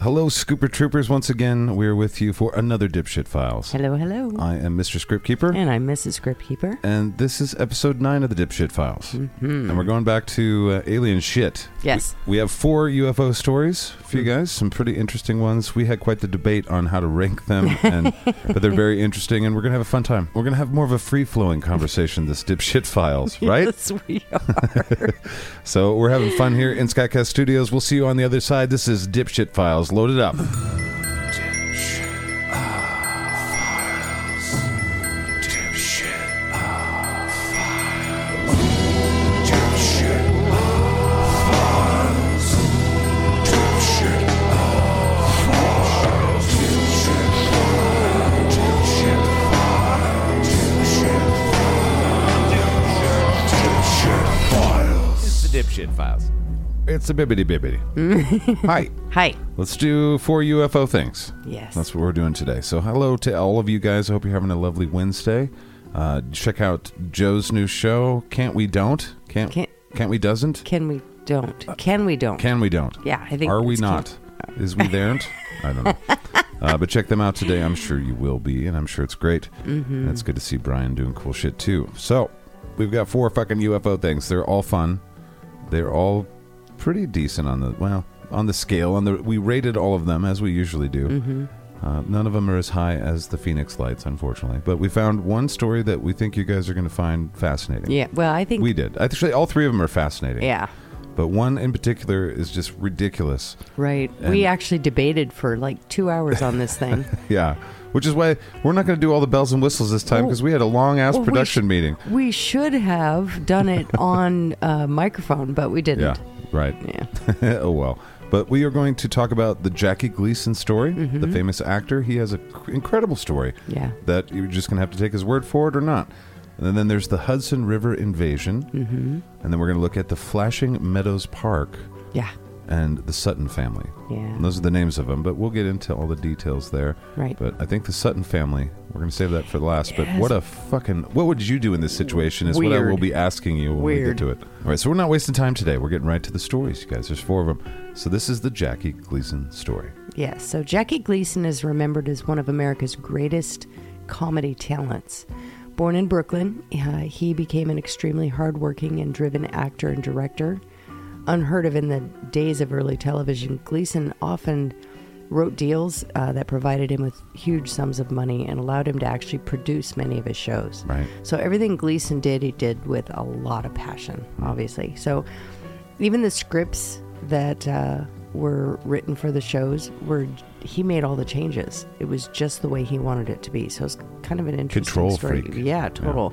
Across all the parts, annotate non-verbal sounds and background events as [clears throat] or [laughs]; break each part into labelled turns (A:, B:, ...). A: Hello, Scooper Troopers. Once again, we're with you for another Dipshit Files.
B: Hello, hello.
A: I am Mr. Scriptkeeper,
B: and I'm Mrs. Script Keeper. Mm-hmm.
A: and this is episode nine of the Dipshit Files.
B: Hmm.
A: And we're going back to uh, alien shit.
B: Yes.
A: We have four UFO stories for you
B: Hmm.
A: guys. Some pretty interesting ones. We had quite the debate on how to rank them,
B: [laughs]
A: and but they're very interesting, and we're gonna have a fun time. We're gonna have more of a free flowing conversation. This dipshit files, right?
B: [laughs] Yes, we are.
A: So we're having fun here in Skycast Studios. We'll see you on the other side. This is Dipshit Files. Load it up. It's [laughs] the Dipshit Files. It's a bibbity bibbity.
B: [laughs]
A: Hi.
B: Hi.
A: Let's do four UFO things.
B: Yes.
A: That's what we're doing today. So, hello to all of you guys. I hope you're having a lovely Wednesday. Uh, check out Joe's new show. Can't we don't? Can't can't,
B: Can't-
A: we doesn't?
B: Can we don't? Can we don't?
A: Uh, Can we don't?
B: Yeah, I think
A: Are we
B: it's can-
A: not? Is we there? I
B: [laughs]
A: don't know. Uh, but check them out today. I'm sure you will be, and I'm sure it's great. Mm-hmm. And it's good to see Brian doing cool shit too. So, we've got four fucking UFO things. They're all fun. They're all pretty decent on the well on the scale. On the we rated all of them as we usually do.
B: Mm-hmm.
A: Uh, none of them are as high as the Phoenix Lights, unfortunately. But we found one story that we think you guys are going to find fascinating.
B: Yeah. Well, I think.
A: We did. Actually, all three of them are fascinating.
B: yeah.
A: But one in particular is just ridiculous.
B: Right. we actually debated for like two hours on this
A: [laughs]
B: thing.
A: Yeah. Which is why we're not going to do all the bells and whistles this time because we had a long ass
B: Oh. Well, we sh-
A: production meeting.
B: We should have done it on uh, microphone, but we
A: Yeah.
B: didn't.
A: Right. [laughs]
B: Yeah.
A: oh, well. But we are going to talk about the Jackie Gleason story, the
B: Mm-hmm.
A: famous actor. He has an incredible story
B: Yeah.
A: that you're just going to have to take his word for it or not. And then there's the Hudson River invasion. Mm-hmm. And then we're going to look at the Flashing Meadows Park.
B: Yeah.
A: and the Sutton family.
B: Yeah.
A: And those are the names of them, but we'll get into all the details there.
B: Right.
A: But I think the Sutton family, we're going to save that for last. But
B: Yes.
A: what a fucking, what would you do in this situation is what I
B: Weird.
A: will be asking you when we get
B: Weird.
A: to it. All right, so we're not wasting time today. We're getting right to the stories, you guys. There's four of them. So this is the Jackie Gleason story.
B: Yes, so Jackie Gleason is remembered as one of America's greatest comedy talents. Born in Brooklyn, uh, he became an extremely hardworking and driven actor and director. Unheard of in the days of early television, Gleason often wrote deals uh, that provided him with huge sums of money and allowed him to actually produce many of his shows.
A: Right.
B: So everything Gleason did, he did with a lot of passion, obviously. So even the scripts that uh, were written for the shows were he made all the changes. It was just the way he wanted it to be. So it's kind of an interesting
A: Control
B: story.
A: freak.
B: Yeah, total.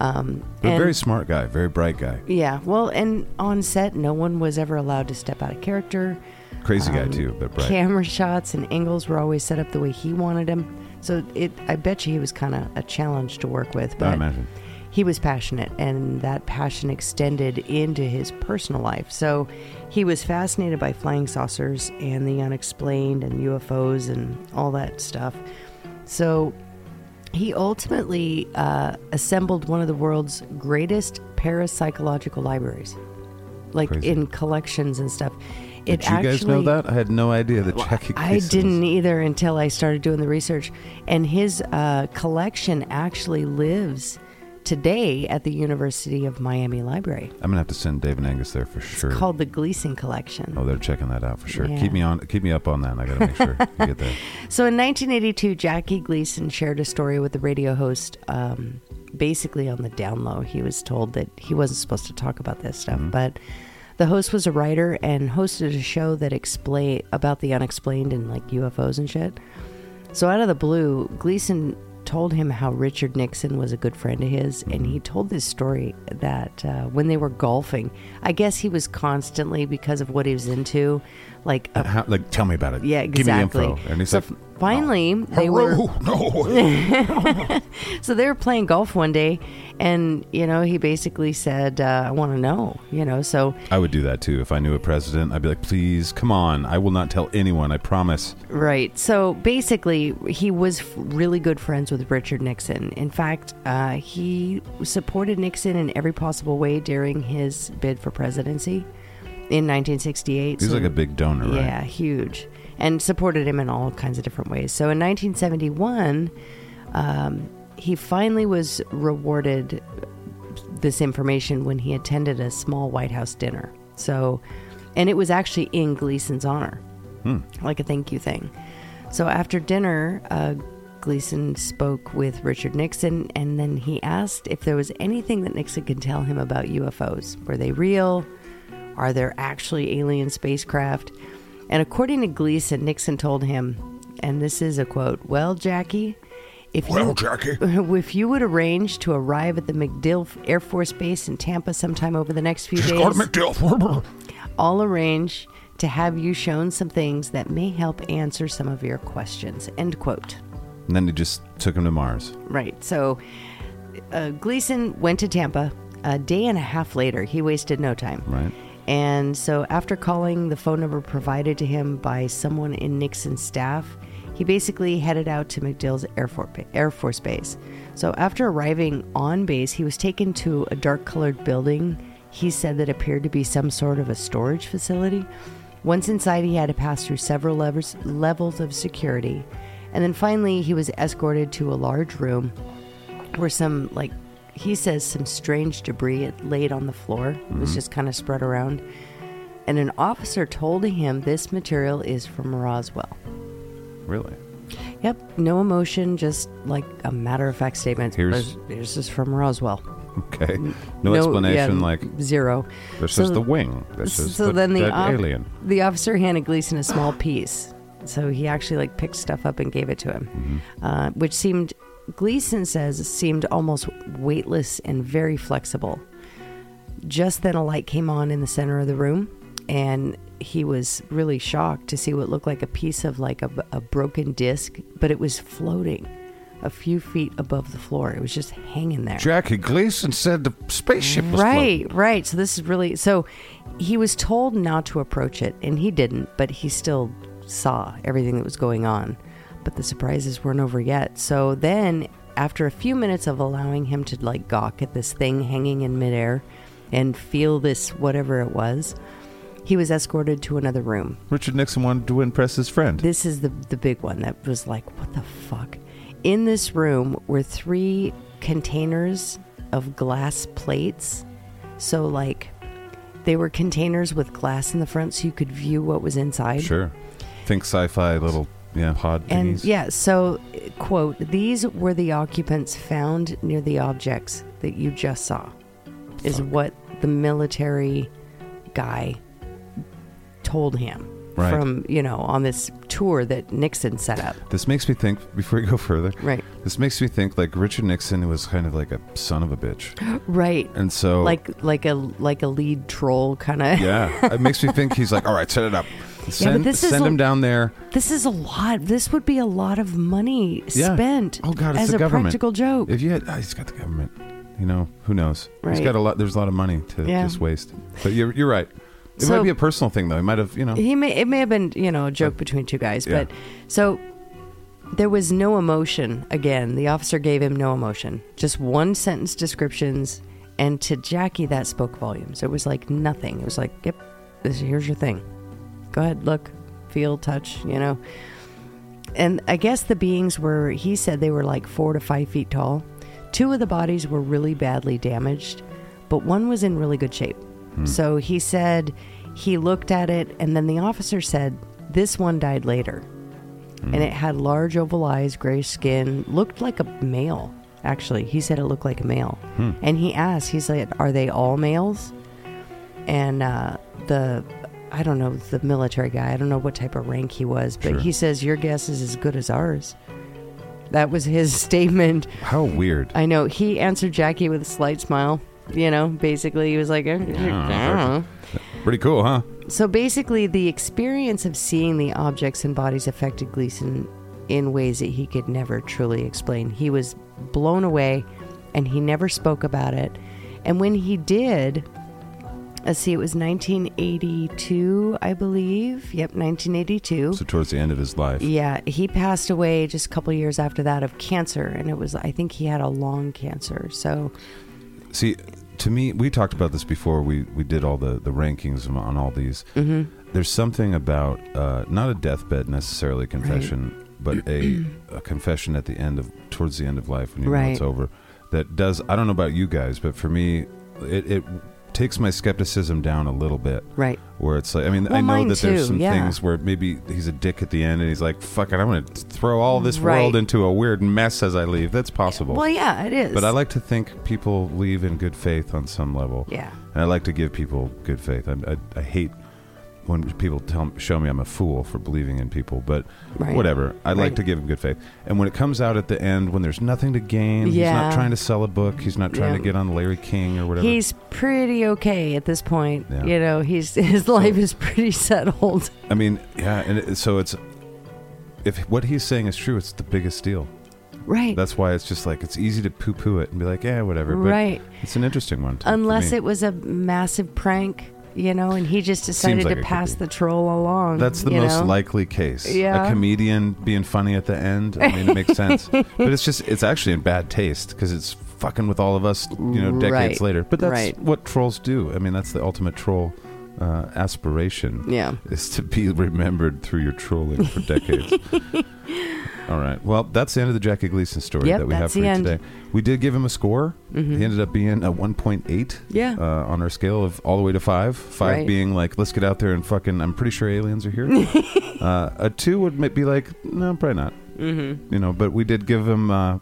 B: Um,
A: But a
B: and-
A: very smart guy, very bright guy,
B: yeah, well, and on set, no one was ever allowed to step out of character.
A: crazy
B: Um,
A: guy too, but bright.
B: Camera shots and angles were always set up the way he wanted them. So it, I bet you he was kind of a challenge to work with. But
A: imagine.
B: he was passionate, and that passion extended into his personal life. So he was fascinated by flying saucers and the unexplained and UFOs and all that stuff. So he ultimately uh, assembled one of the world's greatest parapsychological libraries, like
A: Crazy.
B: in collections and stuff. It
A: Did you guys know
B: actually-
A: that? I had no idea that Jackie Gleason.
B: I
A: was-
B: didn't e- either until I started doing the research. And his uh, collection actually lives today at the University of Miami Library,
A: I'm gonna have to send Dave and Angus there for sure.
B: called the Gleason Collection.
A: oh, they're checking that out for sure.
B: Yeah.
A: Keep me on, keep me up on that. I gotta make sure you get
B: [laughs]
A: there.
B: So in 1982, Jackie Gleason shared a story with the radio host, um, basically on the down low. He was told that he wasn't supposed to talk about this stuff, but the host was a writer and hosted a show that explained about the unexplained and like UFOs and shit. So out of the blue, Gleason told him how Richard Nixon was a good friend of his, and he told this story that uh, when they were golfing, I guess he was constantly because of what he was into, like a
A: How, like, tell me about it.
B: yeah, exactly.
A: Give me the info. And he's
B: so
A: like,
B: f- finally, they were
A: "Hello? no.
B: [laughs] so they were playing golf one day, and you know he basically said, uh, "I want to know," you know. So
A: I would do that too if I knew a president. I'd be like, please, come on. I will not tell anyone. I promise.
B: Right. So basically, he was f- really good friends with Richard Nixon. In fact, uh, he supported Nixon in every possible way during his bid for presidency in 1968.
A: He's
B: So-
A: like a big donor, right?
B: yeah, huge. and supported him in all kinds of different ways. So in 1971, um, he finally was rewarded this information when he attended a small White House dinner. So, and it was actually in Gleason's honor, like a thank you thing. So after dinner, uh, Gleason spoke with Richard Nixon, and then he asked if there was anything that Nixon could tell him about UFOs. Were they real? Are there actually alien spacecraft? And according to Gleason, Nixon told him, and this is a quote: "Well, Jackie." If you,
A: Well, Jackie.
B: [laughs] if you would arrange to arrive at the MacDill Air Force Base in Tampa sometime over the next few days,
A: McDill.
B: I'll arrange to have you shown some things that may help answer some of your questions. End quote.
A: And then they just took him to Mars.
B: Right. So uh, Gleason went to Tampa a day and a half later. He wasted no time.
A: Right.
B: And so after calling the phone number provided to him by someone in Nixon's staff, he basically headed out to MacDill's Air Force, Air Force Base. So after arriving on base, he was taken to a dark colored building he said that appeared to be some sort of a storage facility. Once inside, he had to pass through several levers, levels of security. And then finally, he was escorted to a large room were some like he says some strange debris it laid on the floor it
A: Mm-hmm.
B: was just kind of spread around and an officer told him this material is from roswell
A: Really?
B: yep no emotion just like a matter-of-fact statement
A: Here's-
B: this is from roswell
A: Okay. No, explanation.
B: yeah,
A: like
B: zero
A: this
B: So
A: is the
B: th-
A: wing. This is
B: so
A: the,
B: then the
A: dead
B: op-
A: alien.
B: The officer handed Gleason a small piece, so he actually like picked stuff up and gave it to him, uh, which seemed Gleason says seemed almost weightless and very flexible. Just then, a light came on in the center of the room, and he was really shocked to see what looked like a piece of like a, a broken disc, but it was floating a few feet above the floor. It was just hanging there.
A: Jackie Gleason said the spaceship was
B: Right, right. So this is really so he was told not to approach it and he didn't, but he still saw everything that was going on. But the surprises weren't over yet. So then after a few minutes of allowing him to like gawk at this thing hanging in midair and feel this whatever it was, he was escorted to another room.
A: Richard Nixon wanted to impress his friend.
B: This is the the big one that was like, what the fuck? In this room were three containers of glass plates. So like they were containers with glass in the front so you could view what was inside.
A: Sure. Think sci-fi little yeah pod
B: And
A: thingies.
B: yeah, so quote, these were the occupants found near the objects that you just saw. Is what the military guy told him
A: Right.
B: from, you know, on this tour that Nixon set up.
A: This makes me think. Before you go further,
B: Right.
A: This makes me think like Richard Nixon was kind of like a son of a bitch,
B: Right.
A: and so
B: [gasps] like like a like a lead troll kind of.
A: Oh. yeah, it makes me think he's
B: [laughs]
A: like, all right, set it up, send
B: this is
A: send
B: a-
A: him down there.
B: [laughs] This is a lot. This would be a lot of money
A: Yeah.
B: spent
A: Oh God, it's
B: as
A: the
B: a
A: government.
B: practical joke.
A: If you had, ah, he's got the government. You know, who knows? He's
B: Right.
A: got a lot. There's a lot of money to
B: Yeah.
A: just waste. But you're you're right. It might
B: So-
A: be a personal thing though. He might have, you know.
B: he may it may have been you know a joke between two guys,
A: Yeah.
B: but so there was no emotion. Again, the officer gave him no emotion, just one sentence descriptions, and to Jackie that spoke volumes. It was like nothing. It was like, yep, this here's your thing. Go ahead, look, feel, touch, you know. and I guess the beings were, he said they were like four to five feet tall. Two of the bodies were really badly damaged, but one was in really good shape. So he said he looked at it, and then the officer said, This one died later. And it had large oval eyes, gray skin, looked like a male, actually. He said it looked like a male. And he asked, He said, Are they all males? and uh, the I don't know the military guy. I don't know what type of rank he was, but
A: Sure.
B: he says your guess is as good as ours. That was his [laughs] statement.
A: How weird.
B: I know he answered Jackie with a slight smile. You know, basically he was like, "Eh, I don't know."
A: Pretty cool, huh?
B: So basically, the experience of seeing the objects and bodies affected Gleason in ways that he could never truly explain. He was blown away and he never spoke about it. And when he did, let's see, it was 1982, I believe. Yep, 1982.
A: So towards the end of his life,
B: Yeah, he passed away just a couple years after that of cancer. And it was, I think he had a lung cancer. So,
A: see, to me, we talked about this before. We we did all the the rankings on all these. Mm-hmm. there's something about uh, not a deathbed necessarily confession, but
B: [clears throat]
A: a, a confession at the end of towards the end of life when you know it's
B: Right.
A: over. That does. I don't know about you guys, but for me, it, it takes my skepticism down a little bit.
B: Right.
A: Where it's like, I mean, I
B: Well,
A: know
B: mine
A: that there's
B: too,
A: some
B: yeah.
A: things where maybe he's a dick at the end, and he's like, "Fuck it, I'm going to throw all this
B: Right.
A: world into a weird mess as I leave." That's possible.
B: Well, yeah, it is.
A: But I like to think people leave in good faith on some level.
B: Yeah.
A: And I like to give people good faith. I, I, I hate when people tell show me I'm a fool for believing in people, but
B: Right.
A: whatever. I like
B: Right.
A: to give them good faith. And when it comes out at the end, when there's nothing to gain, he's not
B: Yeah.
A: trying to sell a book, he's not trying
B: Yeah.
A: to get on Larry King or whatever.
B: He's pretty okay at this point.
A: Yeah.
B: You know, he's [laughs] his life is pretty settled.
A: I mean, yeah, and it, so it's if what he's saying is true, it's the biggest deal.
B: Right.
A: That's why it's just like it's easy to poo-poo it and be like, yeah, whatever. But
B: Right.
A: It's an interesting one. To,
B: Unless
A: it.
B: it was a massive prank, you know, and he just decided
A: like it
B: to
A: could
B: pass
A: be.
B: the troll along.
A: That's the
B: you
A: most
B: know?
A: likely case.
B: Yeah.
A: A comedian being funny at the end. I mean, it
B: [laughs]
A: makes sense. But it's just, it's actually in bad taste because it's fucking with all of us, you know, decades
B: Right.
A: later. But that's
B: Right.
A: what trolls do. I mean, that's the ultimate troll uh, aspiration
B: Yeah.
A: is to be remembered through your trolling for
B: [laughs]
A: decades. All right. Well, that's the end of the Jackie Gleason story
B: Yep,
A: that we have
B: that's
A: for
B: the
A: you
B: end. Mm-hmm.
A: today. We did give him a score. He ended up being a 1.8
B: Yeah.
A: uh, on our scale of all the way to five. Five
B: Right.
A: being like, let's get out there and fucking, I'm pretty sure aliens are
B: [laughs]
A: here. uh, a two would ma- be like, no, probably not. Mm-hmm. You know, but we did give him, uh,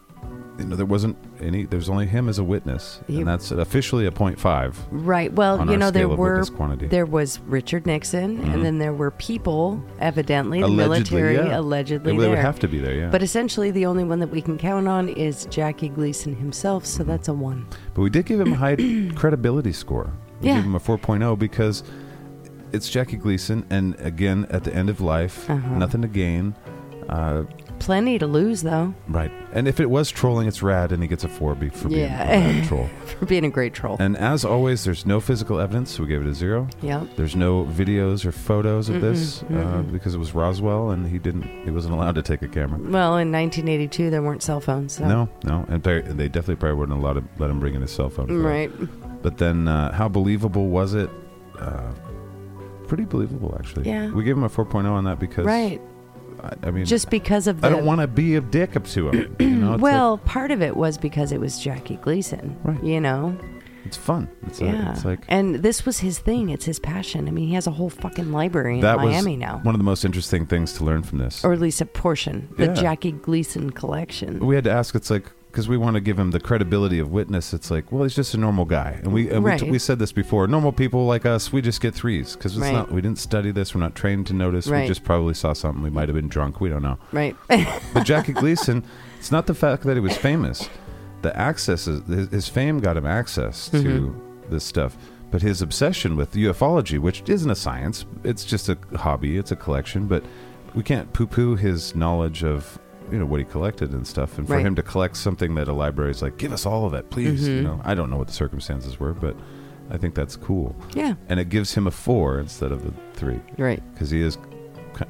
A: you know, there wasn't any, there's only him as a witness.
B: You-
A: and that's officially a 0.5.
B: Right.
A: On
B: Well,
A: our
B: you know, there
A: scale of
B: were
A: witness quantity.
B: there was Richard Nixon,
A: Mhm.
B: and then there were people, evidently the
A: Allegedly,
B: military,
A: yeah.
B: allegedly
A: They would
B: there.
A: have to be there, yeah.
B: But essentially, the only one that we can count on is Jackie Gleason himself. So that's a one.
A: But we did give him a
B: [clears throat]
A: high credibility score. We
B: Yeah.
A: gave him a 4.0 because it's Jackie Gleason, and again, at the end of life,
B: Uh-huh.
A: nothing to gain. Uh,
B: Plenty to lose, though, [laughs]
A: right. And if it was trolling, it's rad, and he gets a 4 be- for being
B: Yeah.
A: a
B: [laughs]
A: rad troll.
B: for being a great troll.
A: And as always, there's no physical evidence, so we gave it a zero.
B: yeah.
A: There's no videos or photos of this uh, because it was Roswell, and he didn't. He wasn't allowed to take a camera.
B: Well, in 1982, there weren't cell phones. So.
A: No, no, and they they definitely probably wouldn't allow to let him bring in his cell phone. for that.
B: Right.
A: But then, uh, how believable was it? Uh, pretty believable, actually.
B: Yeah.
A: We gave him a 4.0 on that because,
B: Right.
A: I, I mean,
B: Just because of the.
A: I don't want to be a dick up to him. you know, it's
B: well, part of it was because it was Jackie Gleason.
A: Right.
B: You know?
A: like, it's fun. It's,
B: yeah.
A: like, it's like
B: and this was his thing. It's his passion. I mean, he has a whole fucking library in
A: that
B: Miami
A: was
B: now.
A: one of the most interesting things to learn from this.
B: Or at least a portion. The
A: Yeah.
B: Jackie Gleason collection.
A: we had to ask. It's like because we want to give him the credibility of witness. It's like, well, he's just a normal guy, and we and we, t-
B: Right.
A: we said this before. Normal people like us, we just get threes because it's
B: Right.
A: not. We didn't study this. We're not trained to notice. We
B: Right.
A: just probably saw something. We might have been drunk. We don't know.
B: right. [laughs]
A: But Jackie Gleason, it's not the fact that he was famous. The access, is, his, his fame got him access to
B: Mm-hmm.
A: this stuff. But his obsession with ufology, which isn't a science, it's just a hobby, it's a collection. But we can't poo-poo his knowledge of you know what he collected and stuff. And for
B: Right. Mm-hmm.
A: him to collect something that a library is like, give us all of it, please. You know, I don't know what the circumstances were, but I think that's cool.
B: yeah.
A: And it gives him a four instead of a three
B: Right.
A: because he is.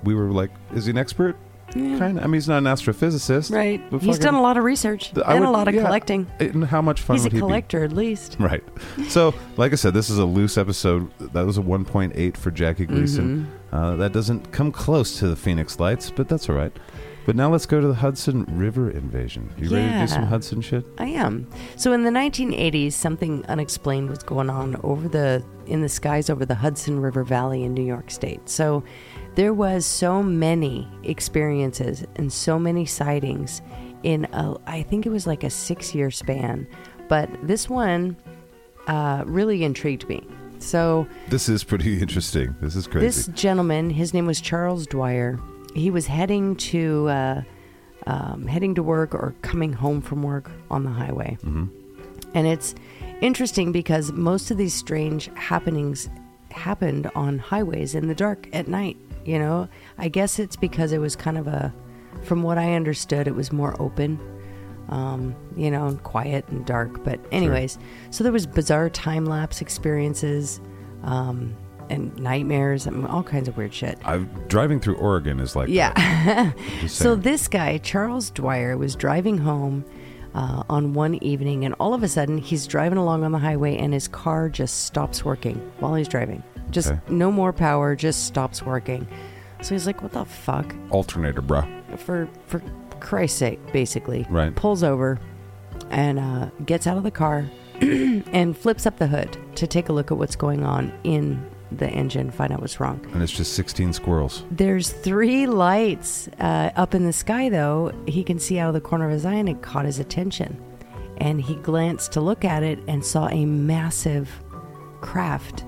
A: We were like, is he an expert?
B: Yeah.
A: Kind of. I mean, he's not an astrophysicist.
B: Right.
A: But
B: He's
A: fucking-
B: done a lot of research
A: th- I
B: and a
A: would-
B: lot of
A: yeah.
B: collecting.
A: And how much fun
B: He's a
A: would he be?
B: collector, at least.
A: Right. So, like I said, this is a loose episode. That was a 1.8 for Jackie Gleason.
B: Mm-hmm.
A: Uh, that doesn't come close to the Phoenix Lights, but that's all right. But now let's go to the Hudson River invasion. You ready to do some
B: Yeah.
A: Hudson shit?
B: I am. So in the 1980s, something unexplained was going on over the in the skies over the Hudson River Valley in New York State. So there was so many experiences and so many sightings in a I think it was like a 6-year span, but this one uh, really intrigued me. So
A: This is pretty [laughs] interesting. This is crazy.
B: this gentleman, his name was Charles Dwyer. He was heading to uh, um, heading to work or coming home from work on the highway, and it's interesting because most of these strange happenings happened on highways in the dark at night. You know, I guess it's because it was kind of a, from what I understood, it was more open. Um, you know, and quiet and dark. But anyways, so there was bizarre time lapse experiences, um, and nightmares, and all kinds of weird shit.
A: I'm driving through Oregon is like
B: Yeah. [laughs]
A: that. Just
B: So
A: saying.
B: this guy, Charles Dwyer, was driving home uh, on one evening, and all of a sudden, he's driving along on the highway, and his car just stops working while he's driving. Just
A: Okay.
B: no more power, just stops working. So he's like, what the fuck?
A: Alternator, bruh.
B: for for Christ's sake, basically.
A: Right.
B: Pulls over and uh, gets out of the car [clears throat] and flips up the hood to take a look at what's going on in the engine, find out what's wrong.
A: And it's just 16 squirrels.
B: There's three lights uh, up in the sky, though. He can see out of the corner of his eye, and it caught his attention. And he glanced to look at it and saw a massive
A: [laughs]
B: craft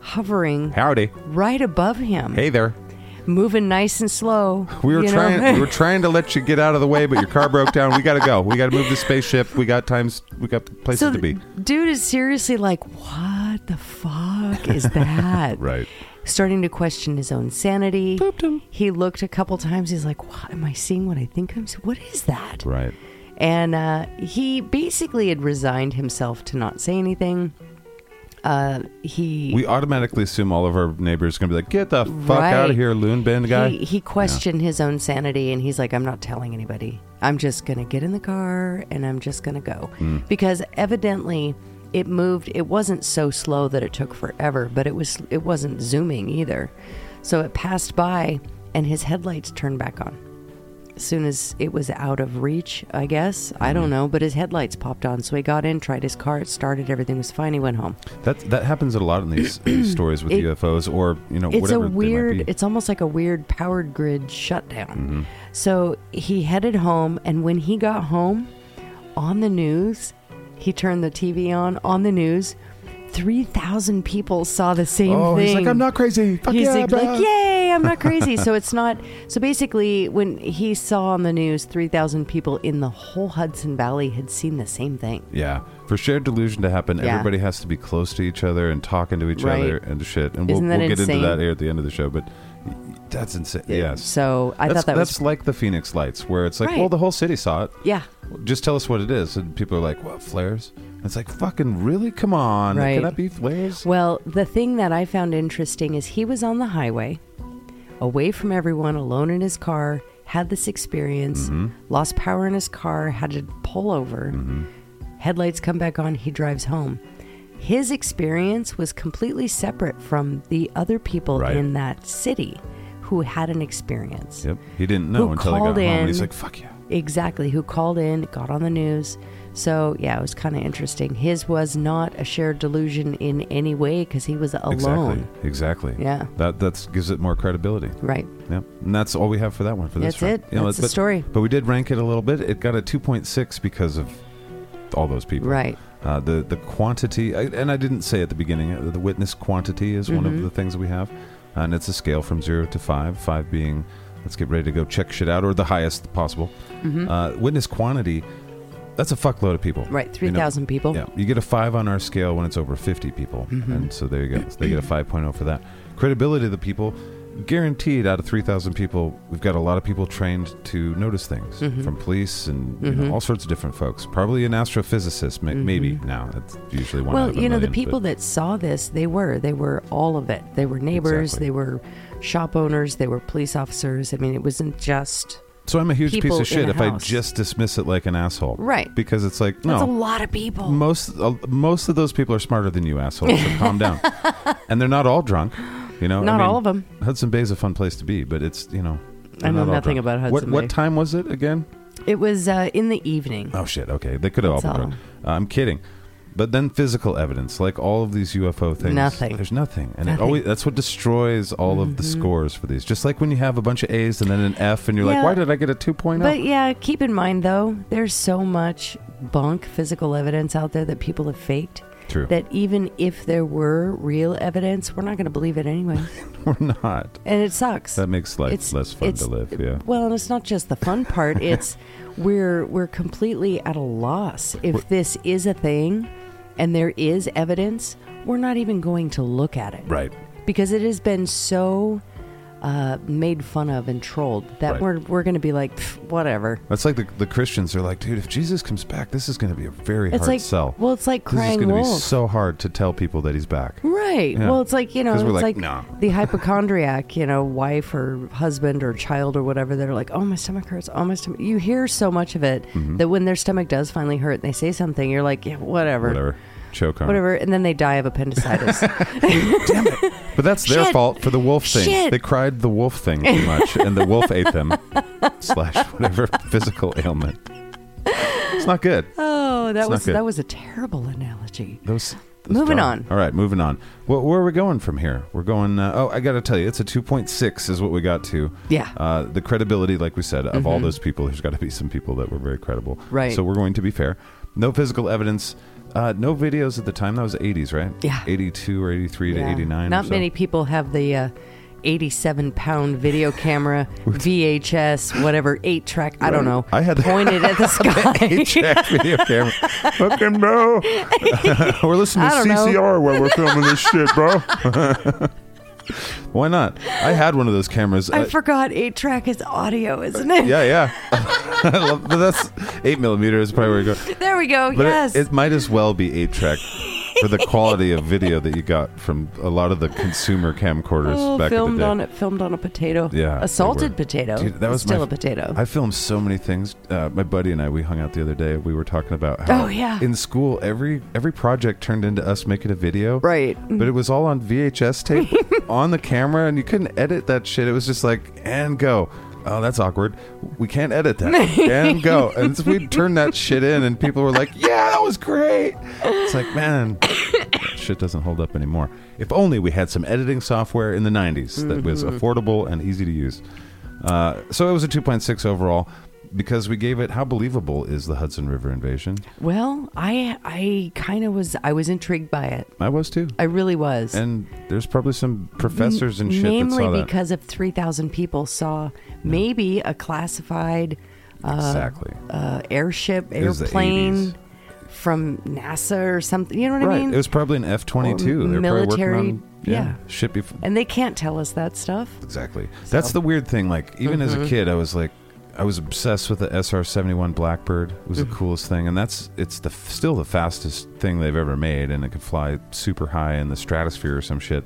B: hovering
A: Howdy.
B: right above him,
A: Hey there.
B: moving nice and slow.
A: We were
B: you know?
A: trying. we
B: [laughs]
A: were trying to let you get out of the way, but your car broke down. We gotta go. We gotta move the spaceship. We got times. We got places to be.
B: th- Dude is seriously like, what the fuck is
A: [laughs]
B: that?
A: Right.
B: Starting to question his own sanity. He looked a couple times. He's like, what? Am I seeing what I think I'm seeing? What is that?
A: Right.
B: And uh, he basically had resigned himself to not say anything. Uh, he.
A: We automatically assume all of our neighbors are gonna be like, "Get the fuck
B: Right.
A: out of here, loon bin guy."
B: He, he questioned his own sanity and he's like, I'm not telling anybody. I'm just going to get in the car and I'm just going to go.
A: Hmm.
B: Because evidently it moved, it wasn't so slow that it took forever, but it was it wasn't zooming either. So it passed by and his headlights turned back on. As soon as it was out of reach, I guess. I
A: Hmm.
B: don't know, but his headlights popped on. So he got in, tried his car, it started, everything was fine. He went home.
A: That that happens a lot in these,
B: [clears throat]
A: these stories with
B: It-
A: UFOs, or you know,
B: it's a
A: whatever They might
B: weird
A: be. Mm-hmm.
B: it's almost like a weird powered grid shutdown so he headed home and when he got home on the news he turned the tv on on the news 3000 people saw the same
A: oh,
B: thing
A: he's like, "I'm not crazy." Fuck
B: He's
A: yeah,
B: like,
A: bruh."
B: like, yay,
A: [laughs]
B: I'm not crazy. so it's not. So basically, when he saw on the news 3,000 people in the whole Hudson Valley had seen the same thing.
A: Yeah. For shared delusion to happen,
B: Yeah.
A: everybody has to be close to each other and talking to each
B: Right.
A: other and shit. And
B: Isn't
A: we'll,
B: that
A: we'll get
B: insane?
A: into that here at the end of the show, but that's insane. Yes.
B: So I
A: that's,
B: thought that
A: that's
B: was.
A: like the Phoenix Lights, where it's like,
B: Right.
A: well, the whole city saw it.
B: Yeah.
A: Just tell us what it is, and people are like, "What flares?" And it's like, "Fucking really? Come on!
B: Right.
A: Can that be flares?"
B: Well, the thing that I found interesting is he was on the highway, away from everyone, alone in his car, had this experience,
A: Mm-hmm.
B: lost power in his car, had to pull over, headlights come back on, he drives home. His experience was completely separate from the other people
A: Right.
B: in that city who had an experience.
A: Yep. He didn't know
B: Who
A: until he got
B: called
A: home. and
B: in-
A: He's like, "Fuck yeah!"
B: Exactly, who called in, got on the news. So, yeah, it was kind of interesting. His was not a shared delusion in any way because he was alone.
A: Exactly. Exactly.
B: Yeah.
A: That that's gives it more credibility.
B: Right.
A: Yeah, and that's all we have for that one. For this,
B: That's
A: one.
B: it. That's the
A: but,
B: story.
A: But we did rank it a little bit. It got a two point six because of all those people.
B: Right.
A: Uh, the the quantity, I, and I didn't say at the beginning. Uh, the witness quantity is one of the things we have, and it's a scale from zero to five. Five being, let's get ready to go check shit out, or the highest possible. Uh, witness quantity. That's a fuckload of people.
B: Right.
A: You know,
B: 3,000 people.
A: yeah, you get a five on our scale when it's over 50 people.
B: Mm-hmm.
A: And so there you go. So they
B: [clears throat]
A: get a 5.0 for that. Credibility of the people, guaranteed out of 3,000 people, we've got a lot of people trained to notice things
B: Mm-hmm.
A: from police and you know, all sorts of different folks. Probably an astrophysicist, ma- maybe now. That's usually one out
B: Mm-hmm. Well,
A: of a
B: you know, the
A: million,
B: people
A: but-
B: that saw this, they were. They were all of it. They were neighbors,
A: Exactly.
B: they were shop owners, they were police officers. I mean, it wasn't just.
A: so I'm a huge piece
B: people
A: of shit
B: in a
A: if I
B: house.
A: just dismiss it like an asshole.
B: Right.
A: Because it's like, no.
B: That's a lot of people.
A: most uh, most of those people are smarter than you, assholes. So calm
B: [laughs]
A: down. and they're not all drunk, you know.
B: Not all of 'em.
A: Hudson Bay is a fun place to be, but it's you know. they're
B: I know
A: not all
B: nothing
A: drunk.
B: about
A: What
B: Hudson
A: what
B: Bay.
A: time was it again?
B: it was uh, in the evening.
A: Oh shit! Okay, they could have all
B: That's
A: been
B: all.
A: drunk. Uh, I'm kidding. But then physical evidence, like all of these UFO things,
B: Nothing.
A: There's nothing, and it
B: Nothing. Mm-hmm.
A: always that's what destroys all of the scores for these. Just like when you have a bunch of A's and then an F, and you're
B: Yeah.
A: like, why did I get a oh?" 2.0?
B: But yeah, keep in mind though, there's so much bunk physical evidence out there that people have faked.
A: True.
B: That even if there were real evidence, we're not going to believe it
A: [laughs]
B: anyway,
A: [laughs] We're not.
B: and it sucks.
A: That makes life less fun to live. Yeah.
B: Well, and it's not just the
A: [laughs]
B: fun part. it's we're we're completely at a loss if this is a thing, and there is evidence. We're not even going to look at it,
A: Right.
B: Because it has been so uh, made fun of and trolled that
A: Right.
B: we're we're going to be like, "Pff, whatever.
A: That's like the, the Christians are like, dude, if Jesus comes back, this is going to be a very
B: It's
A: hard
B: like
A: sell.
B: well, it's like
A: this is
B: crying
A: gonna be
B: wolf.
A: so hard to tell people that he's back.
B: Right.
A: Yeah.
B: Well, it's like, you know,
A: 'Cause
B: it's
A: we're like,
B: like
A: "Nah."
B: the hypochondriac, you know, wife or husband or child or whatever, they're like, oh, my stomach hurts. Oh, my stomach.
A: Mm-hmm.
B: You hear so much of it that when their stomach does finally hurt and they say something, you're like, yeah, whatever.
A: Whatever. choke on. it.
B: whatever, and then they die
A: [laughs]
B: of appendicitis.
A: But that's their
B: Shit.
A: fault for the wolf thing.
B: Shit.
A: They cried the wolf thing too much, and the wolf ate
B: [laughs]
A: them, slash whatever physical ailment. It's not good.
B: oh,
A: It's
B: that
A: not
B: was
A: good.
B: that was a terrible analogy.
A: Those.
B: Moving on.
A: All right, moving on. Well, where are we going from here? We're going. Uh, oh, I got to tell you, it's a 2.6 is what we got to.
B: Yeah. Mm-hmm.
A: Uh, the credibility, like we said, of all those people, there's got to be some people that were very credible.
B: Right.
A: So we're going to be fair. No physical evidence. Uh, no videos at the time. That was 80s, right?
B: Yeah.
A: 82 or 83 to
B: Yeah.
A: 89. or
B: Not
A: so.
B: many people have the uh, 87 pound video
A: [laughs]
B: camera, VHS, whatever, eight track, I don't know,
A: I had [laughs] the-
B: pointed at the [laughs] sky.
A: Jack video camera.
B: [laughs]
A: Fucking bro. we're listening to
B: I don't know.
A: CCR while we're filming this shit, bro. [laughs] Why not? I had one of those cameras.
B: I
A: Uh,
B: forgot eight track is audio, isn't it?
A: yeah, yeah. [laughs] I love, but that's eight millimeter is probably where you go.
B: There we go.
A: But it-
B: yes.
A: it, might as well be eight track for the quality of video that you got from a lot of the consumer camcorders
B: Oh,
A: back in
B: filmed
A: the day.
B: on it, filmed on a potato.
A: Yeah, they
B: assaulted
A: were.
B: potato.
A: Dude, that was
B: still
A: my-
B: a potato.
A: I filmed so many things. Uh, my buddy and I, we hung out the other day. We were talking about how
B: Oh, yeah.
A: in school every every project turned into us making a video,
B: Right.
A: But it was all on VHS tape on the camera, and you couldn't edit that shit. It was just like and go. Oh, that's awkward. We can't edit that. and go. And so we'd turn that shit in, and people were like, "Yeah, that was great." It's like, man, that shit doesn't hold up anymore. If only we had some editing software in the '90s that was affordable and easy to use. Uh, so it was a 2.6 overall because we gave it how believable is the Hudson River invasion?
B: well, I I kind of was I was intrigued by it.
A: I was too.
B: I really was.
A: And there's probably some professors and shit that
B: Namely
A: saw that.
B: because of 3,000 people saw maybe a classified uh,
A: Exactly.
B: uh, airship,
A: was the
B: airplane
A: 80s.
B: from NASA or something. You know what
A: right.
B: I mean?
A: it was probably an F 22.
B: Or
A: They're probably working
B: military-
A: on
B: yeah.
A: shit before.
B: and they can't tell us that stuff.
A: Exactly. That's the weird thing. Like, even as
B: Mm-hmm.
A: a kid, I was like, I was obsessed with the SR 71 Blackbird. It was
B: Mm-hmm.
A: the coolest thing. And that's, it's the still the fastest thing they've ever made. And it could fly super high in the stratosphere or some shit.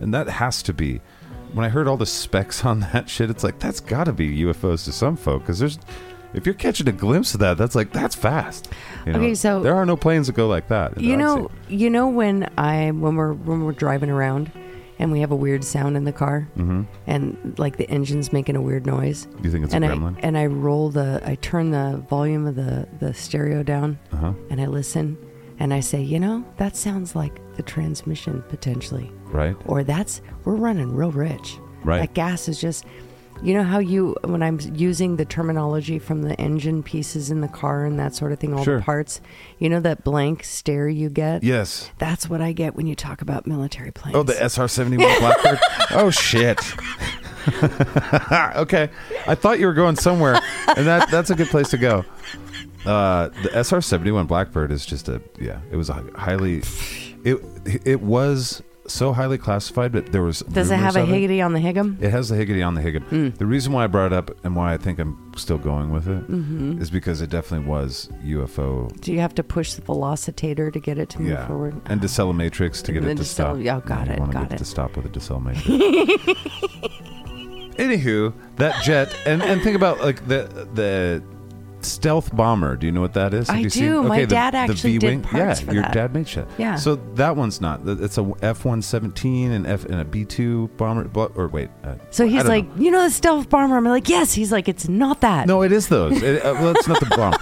A: And that has to be. When I heard all the specs [laughs] on that shit, it's like, that's got to be UFOs to some folk. Because there's, if you're catching a glimpse of that, that's like, that's fast. You know?
B: Okay, so-
A: There are no planes that go like that. that
B: You
A: I've
B: know,
A: seen.
B: you know when I when we're when we're driving around and we have a weird sound in the car and like the engine's making a weird noise.
A: You think Mm-hmm. it's a
B: and
A: gremlin?
B: I and I roll the I turn the volume of the the stereo down
A: Uh-huh.
B: and I listen and I say, you know, that sounds like the transmission potentially.
A: Right.
B: Or that's we're running real rich.
A: Right.
B: That gas is just you know how you when I'm using the terminology from the engine pieces in the car and that sort of thing, all
A: Sure.
B: the parts, you know that blank stare you get?
A: Yes.
B: That's what I get when you talk about military planes.
A: Oh, the SR seventy one Blackbird. oh shit. [laughs] okay, I thought you were going somewhere, and that that's a good place to go. Uh, the SR seventy one Blackbird is just a yeah. It was a highly, it it was so highly classified, but there was
B: Does it have
A: rumors
B: a
A: of it.
B: higgity Hmm. on the higgum?
A: It has the higgity on the higgum. The reason why I brought it up and why I think I'm still going with it is
B: Mm-hmm.
A: because it definitely was UFO.
B: Do you have to push the velocitator to get it to move
A: Yeah,
B: forward?
A: and decel matrix to get it
B: And then
A: to
B: decel-
A: stop.
B: yeah, got
A: you
B: it,
A: wanna
B: got
A: get
B: it.
A: to stop with a
B: [laughs]
A: decel matrix. Anywho, that jet, and, and think about like the the stealth bomber. Do you know what that is? Have
B: I
A: you
B: do. My
A: the-
B: dad
A: the
B: actually did
A: V-wing?
B: parts
A: yeah,
B: for
A: your
B: that.
A: dad made shit.
B: Yeah.
A: So that one's not. Th- It's a F one seventeen and F and a B two bomber. blo- Or wait. Uh,
B: So
A: I
B: he's
A: don't
B: like,
A: know.
B: you know, the stealth bomber. I'm like, yes. He's like, it's not that.
A: No, it is those. It, uh, well, it's not the bomb.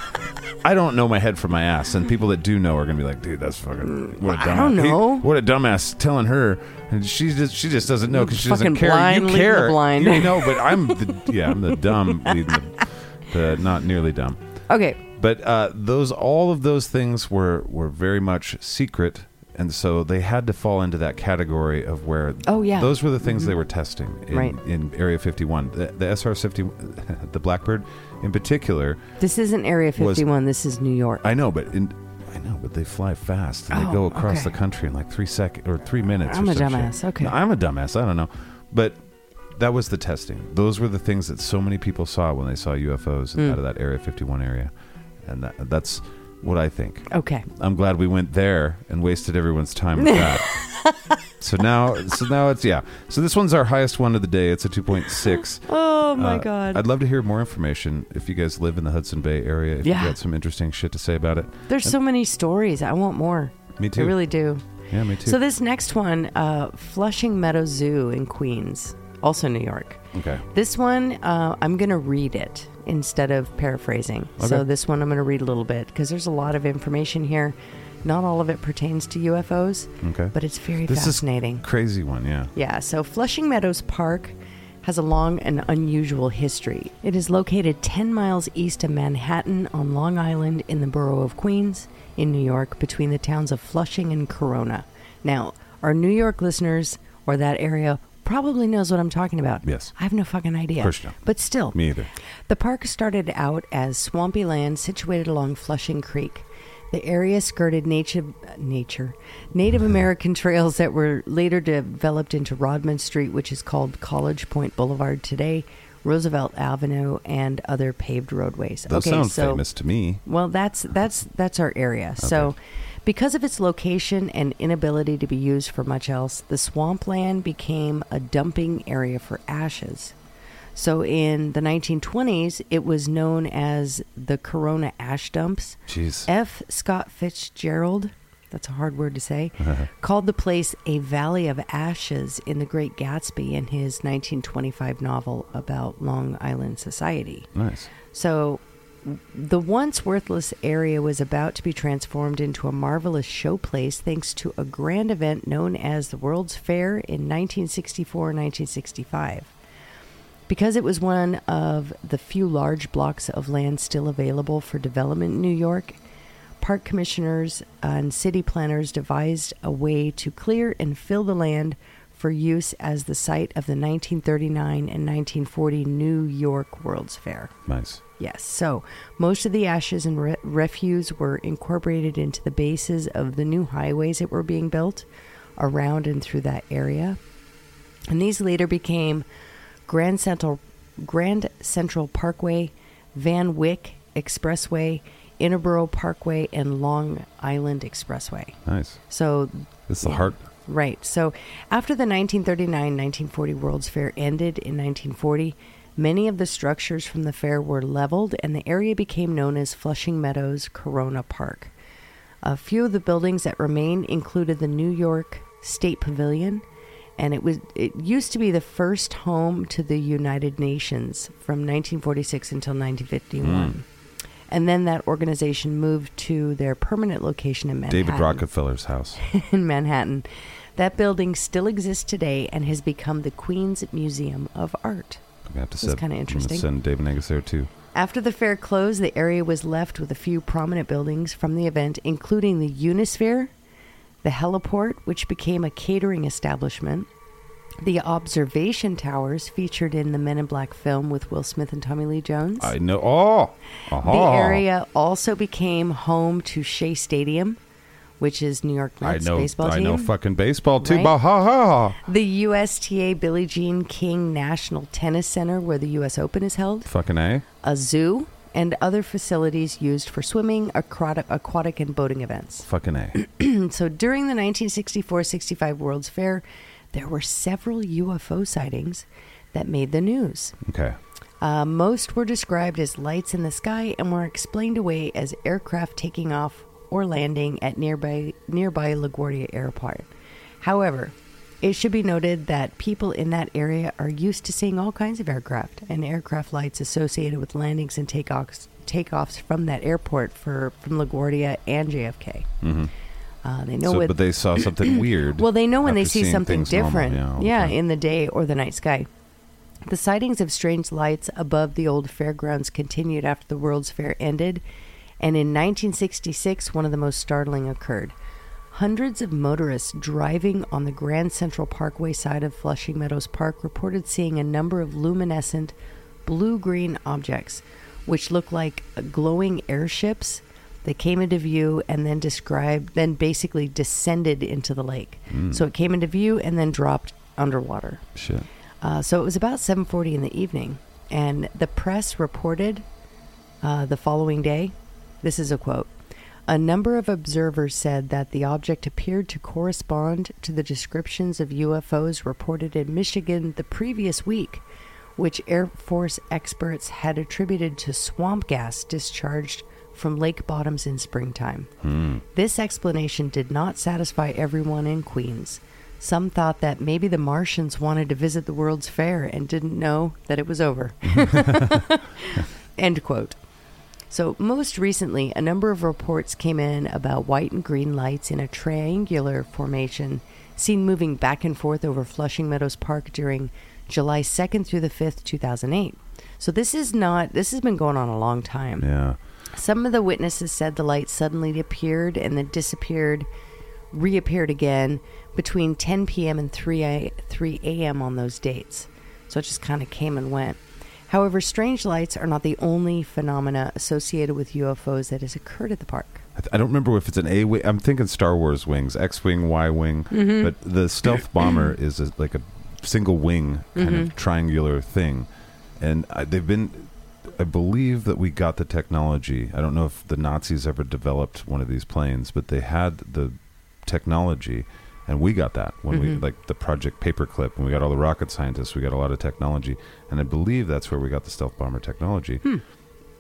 A: I don't know my head from my ass, and people that do know are gonna be like, "Dude, that's fucking what a dumbass."
B: I don't
A: He-
B: know.
A: what a dumbass telling her, and she just she just doesn't know because she doesn't
B: Fucking
A: care.
B: blind
A: you
B: leading
A: care,
B: the blind.
A: you know. But I'm the yeah, I'm the dumb, leading the, the not nearly dumb.
B: Okay.
A: But uh, those all of those things were were very much secret, and so they had to fall into that category of where.
B: Oh, yeah.
A: those were the things they were testing in,
B: Right.
A: in Area 51. The, the SR 50, [laughs] the Blackbird, in particular.
B: This isn't Area 51. this is New York.
A: I know, but in. I know, but they fly fast and they
B: Oh,
A: go across
B: okay.
A: the country in like three seconds or three minutes.
B: I'm
A: or
B: a
A: some
B: dumbass,
A: shit.
B: okay.
A: No, I'm a dumbass. I don't know, but that was the testing. Those were the things that so many people saw when they saw UFOs
B: Hmm.
A: out of that Area 51 area, and that, that's what I think.
B: okay.
A: I'm glad we went there and wasted everyone's time with that.
B: [laughs]
A: so now, so now it's yeah. So this one's our highest one of the day. It's a 2.6.
B: Oh my
A: Uh,
B: God.
A: I'd love to hear more information if you guys live in the Hudson Bay area. If
B: Yeah.
A: you got some interesting shit to say about it,
B: There's so many stories. I want more.
A: Me too.
B: I really do.
A: Yeah, me too.
B: So this next one, uh, Flushing Meadow Zoo in Queens, also New York.
A: okay.
B: This one, uh, I'm going to read it instead of paraphrasing.
A: Okay.
B: So this one, I'm going to read a little bit because there's a lot of information here. Not all of it pertains to UFOs,
A: Okay.
B: but it's very
A: Mm. This is
B: fascinating.
A: crazy one, yeah.
B: Yeah, so Flushing Meadows Park has a long and unusual history. It is located 10 miles east of Manhattan on Long Island in the borough of Queens in New York between the towns of Flushing and Corona. Now, our New York listeners or that area probably knows what I'm talking about.
A: Yes.
B: I have no fucking idea.
A: course not.
B: But still.
A: Me either.
B: The park started out as swampy land situated along Flushing Creek. The area skirted nature, nature, Native
A: Mm-hmm.
B: American trails that were later developed into Rodman Street, which is called College Point Boulevard today, Roosevelt Avenue, and other paved roadways.
A: Those
B: okay,
A: sound
B: so
A: famous to me.
B: well, that's that's that's our area. So, because of its location and inability to be used for much else, the swampland became a dumping area for ashes. So, in the 1920s, it was known as the Corona ash dumps.
A: Jeez.
B: F. Scott Fitzgerald, that's a hard word to say, called the place a valley of ashes in The Great Gatsby in his 1925 novel about Long Island society.
A: Nice.
B: So the once worthless area was about to be transformed into a marvelous showplace thanks to a grand event known as the World's Fair in 1964 and 1965. Because it was one of the few large blocks of land still available for development in New York, park commissioners and city planners devised a way to clear and fill the land for use as the site of the 1939 and 1940 New York World's Fair.
A: Nice.
B: Yes. So most of the ashes and re- refuse were incorporated into the bases of the new highways that were being built around and through that area. And these later became Grand Central, Grand Central Parkway, Van Wyck Expressway, Innerborough Parkway, and Long Island Expressway.
A: Nice.
B: So
A: It's the heart.
B: Right. So after the 1939-1940 World's Fair ended in 1940, many of the structures from the fair were leveled and the area became known as Flushing Meadows Corona Park. A few of the buildings that remained included the New York State Pavilion, and it was it used to be the first home to the United Nations from 1946 until 1951. And then that organization moved to their permanent location in Manhattan
A: David Rockefeller's house.
B: [laughs] in Manhattan. That building still exists today and has become the Queen's Museum of Art.
A: I'm gonna have to
B: This is
A: send,
B: kinda
A: I'm gonna
B: interesting.
A: Send David Negus there too.
B: After the fair closed, the area was left with a few prominent buildings from the event, including the Unisphere, the heliport, which became a catering establishment, the observation towers featured in the Men in Black film with Will Smith and Tommy Lee Jones.
A: I know. Oh, aha.
B: The area also became home to Shea Stadium, which is New York
A: I
B: Mets
A: know.
B: baseball
A: I
B: team.
A: know. Fucking baseball too.
B: Right?
A: Bah, ha ha.
B: The USTA Billie Jean King National Tennis Center, where the U.S. Open is held,
A: Fucking a.
B: a zoo, and other facilities used for swimming, aquatic, aquatic and boating events. [clears throat]
A: Fucking a.
B: And so during the 1964 65 World's Fair, there were several UFO sightings that made the news.
A: Okay.
B: Uh, most were described as lights in the sky and were explained away as aircraft taking off or landing at nearby nearby LaGuardia Airport. However, it should be noted that people in that area are used to seeing all kinds of aircraft and aircraft lights associated with landings and takeoffs takeoffs from that airport for from LaGuardia and JFK. Uh, they know
A: Mm-hmm. so,
B: what
A: but they saw something
B: [coughs]
A: weird.
B: well, they know when they
A: after
B: see
A: seeing
B: something
A: things normal.
B: different.
A: Yeah.
B: yeah,
A: okay.
B: in the day or the night sky. The sightings of strange lights above the old fairgrounds continued after the World's Fair ended, and in 1966, one of the most startling occurred. Hundreds of motorists driving on the Grand Central Parkway side of Flushing Meadows Park reported seeing a number of luminescent blue green objects, which looked like glowing airships that came into view and then described, then basically descended into the lake. So it came into view and then dropped underwater.
A: Shit.
B: Uh, so it was about 7:40 in the evening, and the press reported uh, the following day. This is a quote. A number of observers said that the object appeared to correspond to the descriptions of UFOs reported in Michigan the previous week, which Air Force experts had attributed to swamp gas discharged from lake bottoms in springtime. This explanation did not satisfy everyone in Queens. Some thought that maybe the Martians wanted to visit the World's Fair and didn't know that it was over. End quote. So, most recently, a number of reports came in about white and green lights in a triangular formation seen moving back and forth over Flushing Meadows Park during July 2nd through the 5th, 2008. So, this is not, this has been going on a long time.
A: Yeah.
B: Some of the witnesses said the light suddenly appeared and then disappeared, reappeared again between 10 p.m. and 3 a, 3 a.m. on those dates. So it just kind of came and went. However, strange lights are not the only phenomena associated with UFOs that has occurred at the park.
A: I, th- I don't remember if it's an A wing. I'm thinking Star Wars wings, X wing, Y wing. But the stealth bomber is a, like a single wing kind of triangular thing, and I, they've been. I believe that we got the technology. I don't know if the Nazis ever developed one of these planes, but they had the technology, and we got that when we like the Project Paperclip, and we got all the rocket scientists. We got a lot of technology, and I believe that's where we got the stealth bomber technology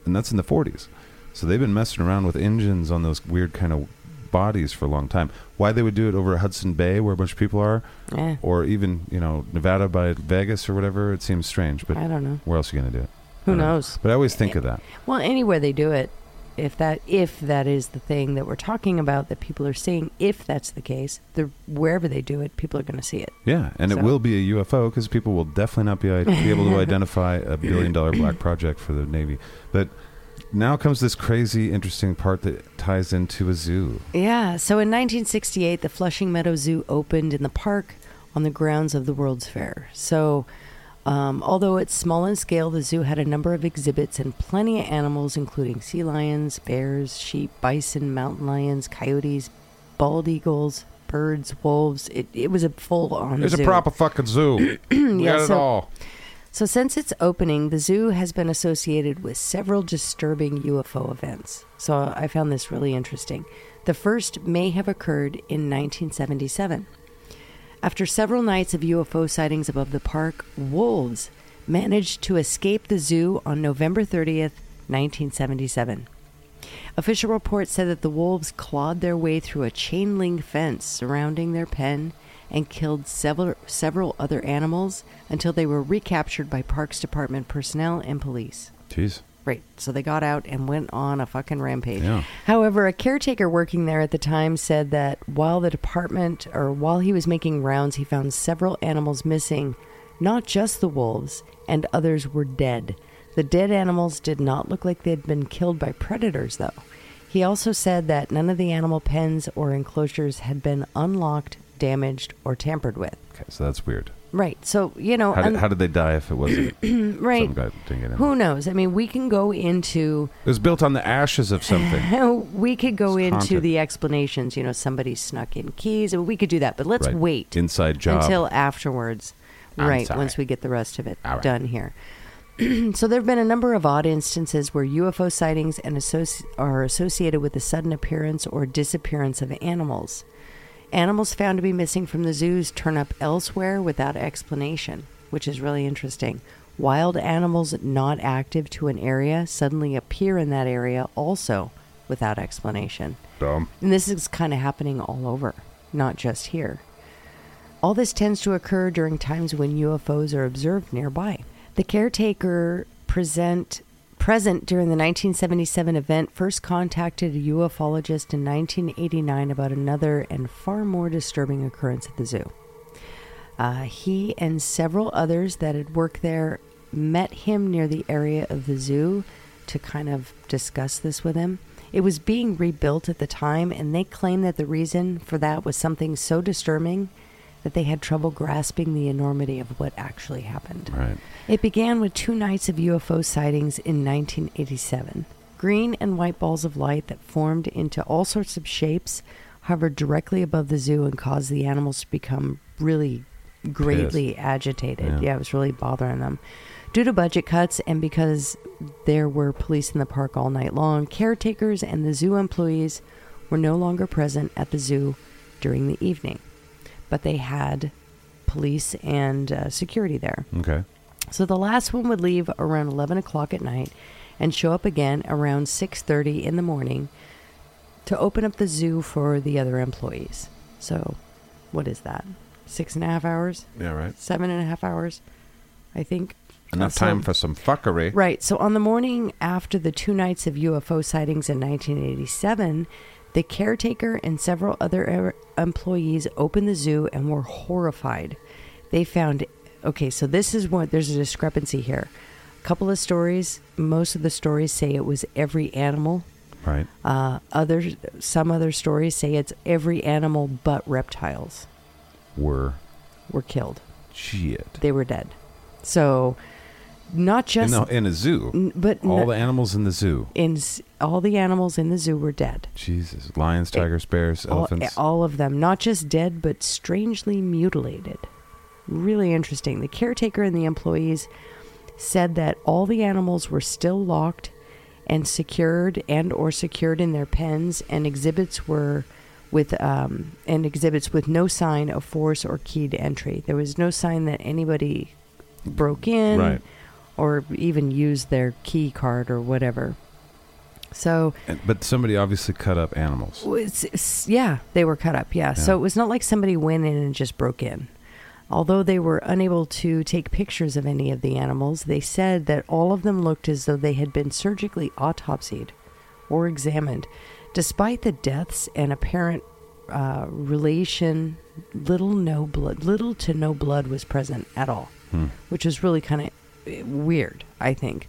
A: and that's in the 40s. So they've been messing around with engines on those weird kind of bodies for a long time. Why they would do it over Hudson Bay, where a bunch of people are,
B: Eh,
A: or even you know Nevada by Vegas or whatever, it seems strange. But
B: I don't know.
A: where else are you going to do it?
B: Who
A: I don't know.
B: knows?
A: But I always think of that.
B: Well, anywhere they do it, if that if that is the thing that we're talking about that people are seeing, if that's the case, the wherever they do it, people are going to see it.
A: Yeah, and
B: So-
A: it will be a UFO because people will definitely not be, be
B: [laughs]
A: able to identify a billion dollar black project for the Navy. But now comes this crazy, interesting part that ties into a zoo.
B: Yeah. So in 1968, the Flushing Meadow Zoo opened in the park on the grounds of the World's Fair. So, um, although it's small in scale, the zoo had a number of exhibits and plenty of animals, including sea lions, bears, sheep, bison, mountain lions, coyotes, bald eagles, birds, wolves. It, it was a full on
A: It's a proper fucking
B: [clears throat]
A: zoo. we
B: Yeah,
A: got it
B: so-
A: all.
B: So, since its opening, the zoo has been associated with several disturbing UFO events. So, I found this really interesting. The first may have occurred in 1977. After several nights of UFO sightings above the park, wolves managed to escape the zoo on November 30th, 1977. Official reports said that the wolves clawed their way through a chain link fence surrounding their pen and killed several several other animals until they were recaptured by Parks Department personnel and police.
A: Jeez.
B: Right. So they got out and went on a fucking rampage.
A: Yeah.
B: However, a caretaker working there at the time said that while the department or while he was making rounds, he found several animals missing, not just the wolves, and others were dead. The dead animals did not look like they had been killed by predators, though. He also said that none of the animal pens or enclosures had been unlocked, damaged, or tampered with.
A: Okay, so that's weird.
B: Right. So, you know,
A: How did,
B: un-
A: how did they die if it wasn't
B: right.
A: some guy didn't get in?
B: Who knows? I mean, we can go into
A: It was built on the ashes of
B: [laughs]
A: something.
B: we could go
A: It's
B: into
A: haunted.
B: the explanations. You know, somebody snuck in keys, and we could do that. But let's
A: Right.
B: wait
A: Inside job.
B: until afterwards,
A: I'm
B: right?
A: sorry.
B: Once we get the rest of it
A: All right.
B: done here. [clears throat] so there have been a number of odd instances where UFO sightings and associ- are associated with the sudden appearance or disappearance of animals. Animals found to be missing from the zoos turn up elsewhere without explanation, which is really interesting. Wild animals not active to an area suddenly appear in that area also without explanation.
A: Dumb.
B: And this is kind of happening all over, not just here. All this tends to occur during times when UFOs are observed nearby. The caretaker present present during the 1977 event first contacted a ufologist in 1989 about another and far more disturbing occurrence at the zoo. Uh, he and several others that had worked there met him near the area of the zoo to kind of discuss this with him. It was being rebuilt at the time, and they claimed that the reason for that was something so disturbing that they had trouble grasping the enormity of what actually happened.
A: Right.
B: It began with two nights of UFO sightings in 1987. Green and white balls of light that formed into all sorts of shapes hovered directly above the zoo and caused the animals to become really greatly agitated.
A: Yeah.
B: Yeah. it was really bothering them. Due to budget cuts and because there were police in the park all night long, caretakers and the zoo employees were no longer present at the zoo during the evening. But they had police and uh, security there.
A: Okay.
B: So the last one would leave around 11 o'clock at night and show up again around 6:30 in the morning to open up the zoo for the other employees. So, what is that? Six and a half hours?
A: Yeah, right.
B: Seven and a half hours, I think. Uh,
A: Enough
B: So-
A: time for some fuckery.
B: Right. So on the morning after the two nights of UFO sightings in 1987, the caretaker and several other er- employees opened the zoo and were horrified. They found okay, so this is what there's a discrepancy here. A couple of stories, most of the stories say it was every animal.
A: Right.
B: Uh, other some other stories say it's every animal but reptiles
A: Were
B: were killed.
A: shit.
B: They were dead. So not
A: In,
B: just
A: the, in a zoo.
B: n- but
A: All
B: n-
A: the animals in the zoo.
B: in s- all the animals in the zoo were dead.
A: Jesus. Lions, tigers, bears,
B: All, eh,
A: elephants.
B: all of them, not just dead, but strangely mutilated. Really interesting. The caretaker and the employees said that all the animals were still locked and secured and or secured in their pens and exhibits were with um, and exhibits with no sign of force or key to entry there was no sign that anybody broke in
A: Right.
B: or even used their key card or whatever so
A: And- but somebody obviously cut up animals.
B: was, s- yeah, they were cut up. Yeah.
A: Yeah.
B: So it was not like somebody went in and just broke in. Although they were unable to take pictures of any of the animals, they said that all of them looked as though they had been surgically autopsied or examined. Despite the deaths and apparent uh, relation, little no blood, little to no blood was present at all,
A: Hmm.
B: which was really kind of weird, I think.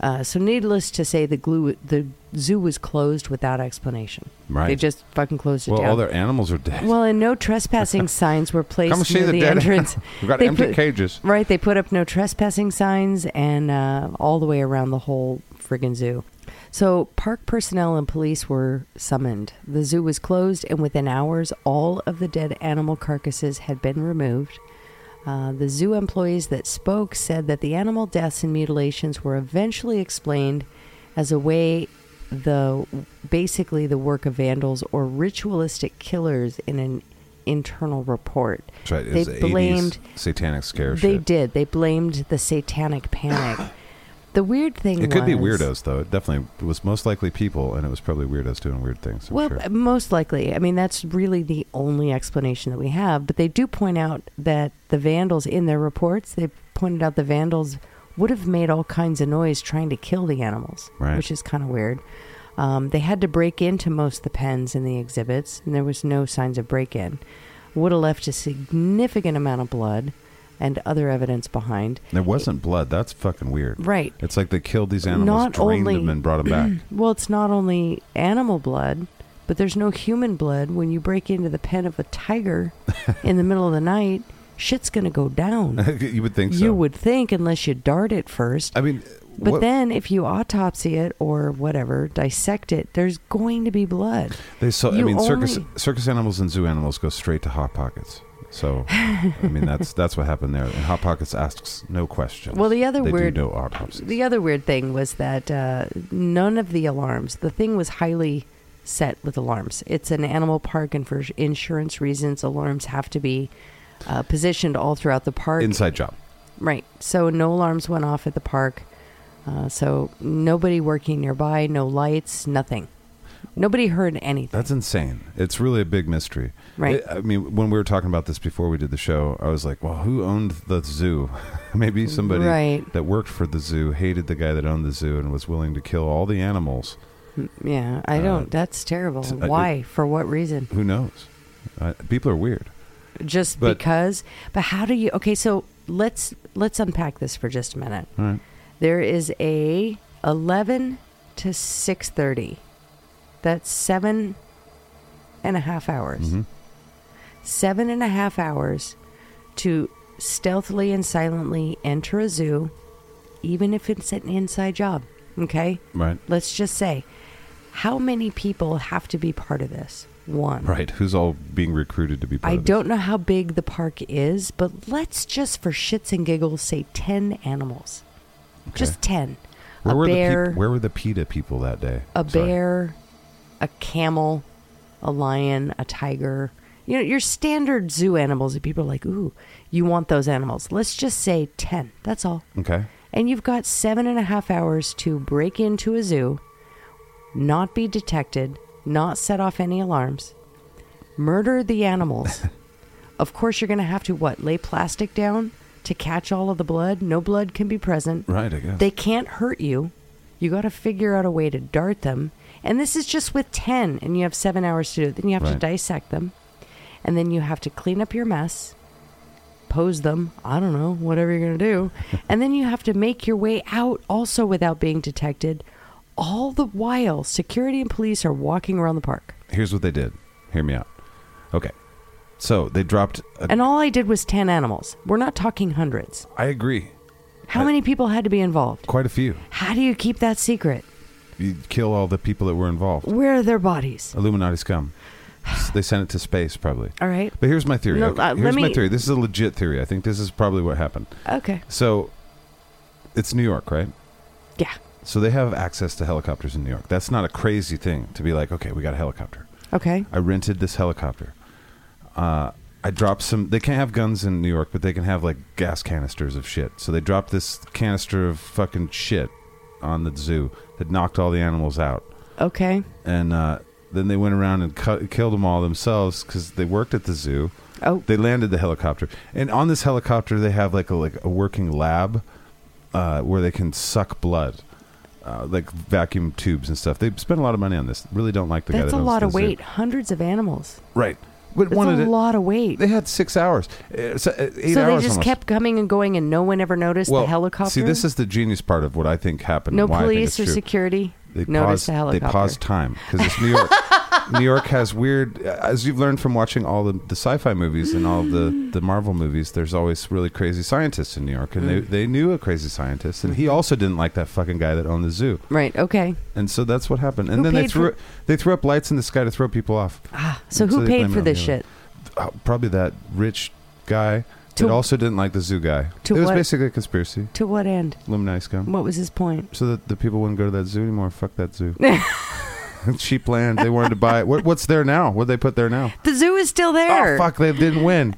B: Uh, so, needless to say, the glue, the zoo was closed without explanation.
A: Right.
B: They just fucking closed it
A: Well,
B: down.
A: all their animals are dead.
B: Well, and
A: [laughs]
B: no trespassing signs were placed
A: Come see
B: near
A: the,
B: the,
A: dead.
B: entrance.
A: [laughs] We've got
B: They
A: empty
B: put-
A: cages.
B: Right, they put up no trespassing signs and uh, all the way around the whole friggin' zoo. So, park personnel and police were summoned. The zoo was closed, and within hours, all of the dead animal carcasses had been removed. Uh, the zoo employees that spoke said that the animal deaths and mutilations were eventually explained as a way the basically the work of vandals or ritualistic killers in an internal report.
A: That's right. It
B: They
A: was the 80s
B: blamed
A: satanic scare
B: they
A: shit.
B: did. They blamed the
A: [gasps]
B: satanic panic. the weird thing
A: It could be
B: was-
A: weirdos, though. It definitely was most likely people, and it was probably weirdos doing weird things. I'm
B: Well,
A: sure.
B: most likely. I mean, that's really the only explanation that we have. But they do point out that the vandals, in their reports, they pointed out the vandals would have made all kinds of noise trying to kill the animals,
A: Right.
B: which is kind of weird. Um, they had to break into most of the pens in the exhibits, and there was no signs of break in. Would have left a significant amount of blood and other evidence behind.
A: There wasn't blood. That's fucking weird.
B: Right.
A: It's like they killed these animals,
B: Not
A: drained
B: only-
A: them, and brought them back.
B: Well, it's not only animal blood, but there's no human blood. When you break into the pen of a tiger
A: [laughs]
B: in the middle of the night, shit's going to go down. [clears throat]
A: you would think [laughs] so.
B: You would think, unless you dart it first.
A: I mean,
B: But
A: what-
B: then, if you autopsy it or whatever, dissect it, there's going to be blood.
A: they saw. I
B: you
A: mean, circus
B: only-
A: circus animals and zoo animals go straight to hot pockets. So, I mean, that's that's what happened there. And hot pockets asks no questions.
B: Well, the other
A: they
B: weird-
A: do no autopsies.
B: The other weird thing was that uh, none of the alarms. The thing was highly set with alarms. It's an animal park, and for insurance reasons, alarms have to be uh, positioned all throughout the park.
A: Inside job.
B: Right. So no alarms went off at the park. Uh, so nobody working nearby, no lights, nothing. Nobody heard anything.
A: That's insane. It's really a big mystery.
B: Right.
A: It- I mean, when we were talking about this before we did the show, I was like, well, who owned the zoo? [laughs] Maybe somebody
B: Right.
A: that worked for the zoo hated the guy that owned the zoo and was willing to kill all the animals.
B: Mm, yeah, I
A: Uh,
B: don't. That's terrible.
A: it's- uh,
B: Why? for what reason?
A: Who knows? Uh, people are weird.
B: Just
A: but-
B: because? But how do you? Okay, so let's let's unpack this for just a minute.
A: All right.
B: There is a eleven to six thirty. That's seven and a half hours.
A: Mhm.
B: seven and a half hours to stealthily and silently enter a zoo, even if it's an inside job. Okay?
A: Right.
B: Let's just say how many people have to be part of this? One.
A: Right. Who's all being recruited to be part
B: I
A: of this?
B: don't know how big the park is, but let's just for shits and giggles say 10 animals.
A: Okay.
B: Just 10.
A: Where
B: a
A: were
B: bear,
A: The peop- where were the PETA people that day?
B: a
A: Sorry.
B: bear, a camel, a lion, a tiger, You know, your standard zoo animals, people are like, ooh, you want those animals. Let's just say 10. That's all.
A: Okay.
B: And you've got seven and a half hours to break into a zoo, not be detected, not set off any alarms, murder the animals. of course, you're going to have to what? Lay plastic down to catch all of the blood. No blood can be present.
A: Right, I guess.
B: They can't hurt you. You got to figure out a way to dart them. And this is just with 10, and you have seven hours to do it. Then you have to
A: Right.
B: dissect them. And then you have to clean up your mess, pose them. I don't know, whatever you're going to do. and then you have to make your way out also without being detected. All the while, security and police are walking around the park.
A: Here's what they did. Hear me out. Okay. So they dropped. A,
B: And all I did was 10 animals. We're not talking hundreds.
A: I agree.
B: How
A: I-
B: many people had to be involved?
A: Quite a few.
B: How do you keep that secret?
A: You kill all the people that were involved.
B: Where are their bodies?
A: Illuminati's come. S- They sent it to space, probably.
B: All right.
A: But here's my theory.
B: No,
A: okay?
B: uh, let
A: Here's my
B: me-
A: theory. This is a legit theory. I think this is probably what happened.
B: Okay.
A: So it's New York, right?
B: Yeah.
A: So they have access to helicopters in New York. That's not a crazy thing to be like, okay, we got a helicopter.
B: Okay.
A: I rented this helicopter. Uh, I dropped some. They can't have guns in New York, but they can have like gas canisters of shit. So they dropped this canister of fucking shit on the zoo that knocked all the animals out,
B: Okay.
A: and uh, then they went around and cut, killed them all themselves because they worked at the zoo.
B: Oh,
A: They landed the helicopter, and on this helicopter they have like a like a working lab uh, where they can suck blood. Uh, like vacuum tubes and stuff. They spent a lot of money on this. Really don't like the guy.
B: that's
A: that
B: a
A: owns
B: lot
A: the
B: of
A: zoo.
B: weight. Hundreds of animals.
A: right? But
B: That's
A: wanted
B: a
A: it-
B: lot of weight.
A: they had six hours. Uh, so, uh, eight
B: so they
A: hours
B: just
A: almost.
B: kept coming and going, and no one ever noticed
A: well,
B: the helicopter.
A: See, this is the genius part of what I think happened.
B: no
A: and why I think
B: police
A: it's
B: or
A: true.
B: security
A: They
B: noticed
A: paused,
B: the helicopter.
A: They paused time because it's New
B: [laughs]
A: York. New York has weird, as you've learned from watching all the, the sci-fi movies and all the, the Marvel movies. There's always really crazy scientists in New York, and they,
B: Mm.
A: they knew a crazy scientist, and he
B: Mm-hmm.
A: also didn't like that fucking guy that owned the zoo,
B: Right. Okay.
A: and so that's what happened. And
B: Who
A: then they
B: paid
A: threw
B: for-
A: they threw up lights in the sky to throw people off.
B: Ah, so
A: So
B: who
A: they
B: paid
A: blame it
B: for
A: on
B: this
A: the
B: shit?
A: Uh, probably that rich guy
B: To-
A: that also didn't like the zoo guy.
B: to
A: it was
B: what-
A: basically a conspiracy.
B: To what end?
A: Illuminati scum.
B: What was his point?
A: so that the people wouldn't go to that zoo anymore. Fuck that
B: [laughs]
A: zoo. [laughs] Cheap land. They wanted to buy it. What, what's there now? What they put there now?
B: The zoo is still there.
A: Oh fuck! They didn't win.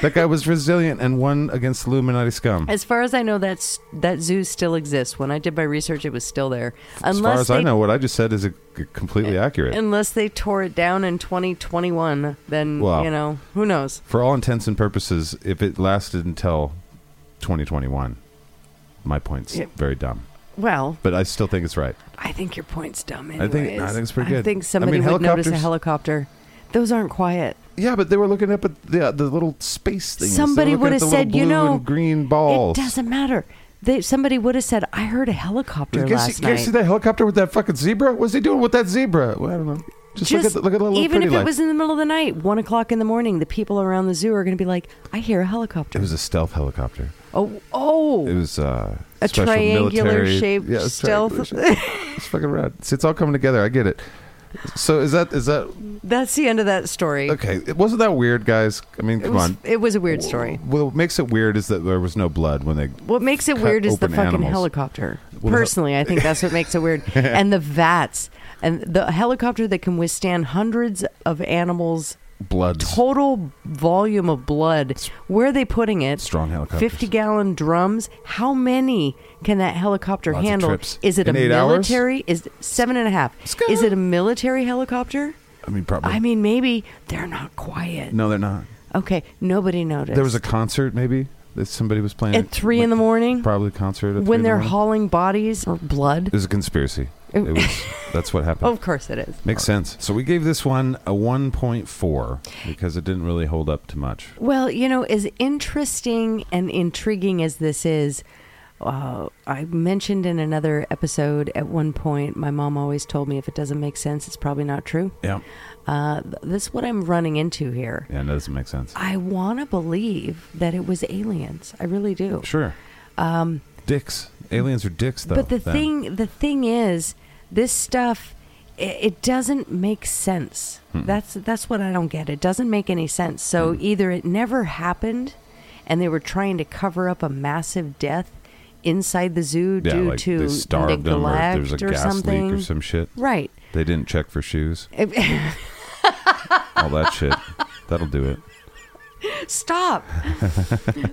A: that guy was resilient and won against Illuminati scum.
B: As far as I know, that's that zoo still exists. When I did my research, it was still there. Unless
A: as far as
B: they,
A: I know, what I just said is uh, c- completely accurate.
B: unless they tore it down in 2021, then
A: Wow.
B: you know who knows.
A: For all intents and purposes, if it lasted until 2021, my point's
B: Yeah.
A: very dumb.
B: Well,
A: But I still think it's right.
B: I think your point's dumb.
A: I
B: Anyways.
A: think- no, I think it's pretty
B: I
A: good.
B: think
A: I
B: somebody
A: mean,
B: would notice a
A: helicopters-
B: helicopter. Those aren't quiet.
A: Yeah, but they were looking up at the, the little space thing.
B: Somebody would have said, you know,
A: green balls.
B: It doesn't matter. They, somebody would have said, "I heard a helicopter
A: You guys
B: last
A: see, you
B: night."
A: guys see that helicopter with that fucking zebra? What's he doing with that zebra? Well, I don't know. Just, look at the, look at the little
B: even
A: pretty
B: if
A: light.
B: it was in the middle of the night, one o'clock in the morning, the people around the zoo are going to be like, "I hear a helicopter."
A: It was a stealth helicopter.
B: oh, oh,
A: It was uh,
B: A
A: special
B: triangular
A: military-
B: shaped
A: yeah, it's
B: stealth-
A: triangular shaped.
B: [laughs]
A: it's fucking rad. See, it's all coming together. I get it. So is that is that
B: that's the end of that story.
A: okay? It wasn't that weird, guys. I mean,
B: It
A: come
B: was,
A: on.
B: it was a weird story.
A: Well, what makes it weird is that there was no blood when they.
B: What makes it
A: cut
B: weird is the
A: open
B: fucking
A: animals.
B: helicopter.
A: Well, the-
B: Personally, I think that's what makes it
A: [laughs]
B: weird. And the vats and the helicopter that can withstand hundreds of animals
A: Blood.
B: total volume of blood. Where are they putting it?
A: Strong helicopters.
B: 50 gallon drums. How many can that helicopter
A: Lots of
B: handle?
A: trips.
B: Is it
A: In
B: a
A: eight hours?
B: military? Is seven and a half?
A: Scoot.
B: Is it a military helicopter?
A: I mean, probably.
B: I mean, maybe they're not quiet.
A: no, they're not.
B: Okay, nobody noticed.
A: Mm. There was a concert, maybe that somebody was playing
B: At three in the morning?
A: Probably a concert at three in
B: when
A: the
B: they're
A: morning.
B: hauling bodies or blood.
A: It was a conspiracy. It was
B: [laughs]
A: that's what happened.
B: Of course it is.
A: Makes sense. So we gave this one a 1.4 because it didn't really hold up to much.
B: Well, you know, as interesting and intriguing as this is, uh, I mentioned in another episode at one point, my mom always told me if it doesn't make sense, it's probably not true.
A: Yeah.
B: Uh, th- this is what I'm running into here.
A: Yeah, that doesn't make sense.
B: I want to believe that it was aliens. I really do.
A: Sure.
B: Um,
A: Dicks. Aliens are dicks, though.
B: but the
A: then.
B: thing, the thing is, this stuff, it, it doesn't make sense.
A: Hmm.
B: That's that's what I don't get. It doesn't make any sense. So either it never happened, and they were trying to cover up a massive death inside the zoo
A: Yeah,
B: due
A: like
B: to
A: they starved them, or there was a
B: neglect or
A: gas
B: something.
A: leak or some shit.
B: Right. [laughs]
A: They didn't check for shoes.
B: If-
A: All that shit. That'll do it. [laughs]
B: Stop.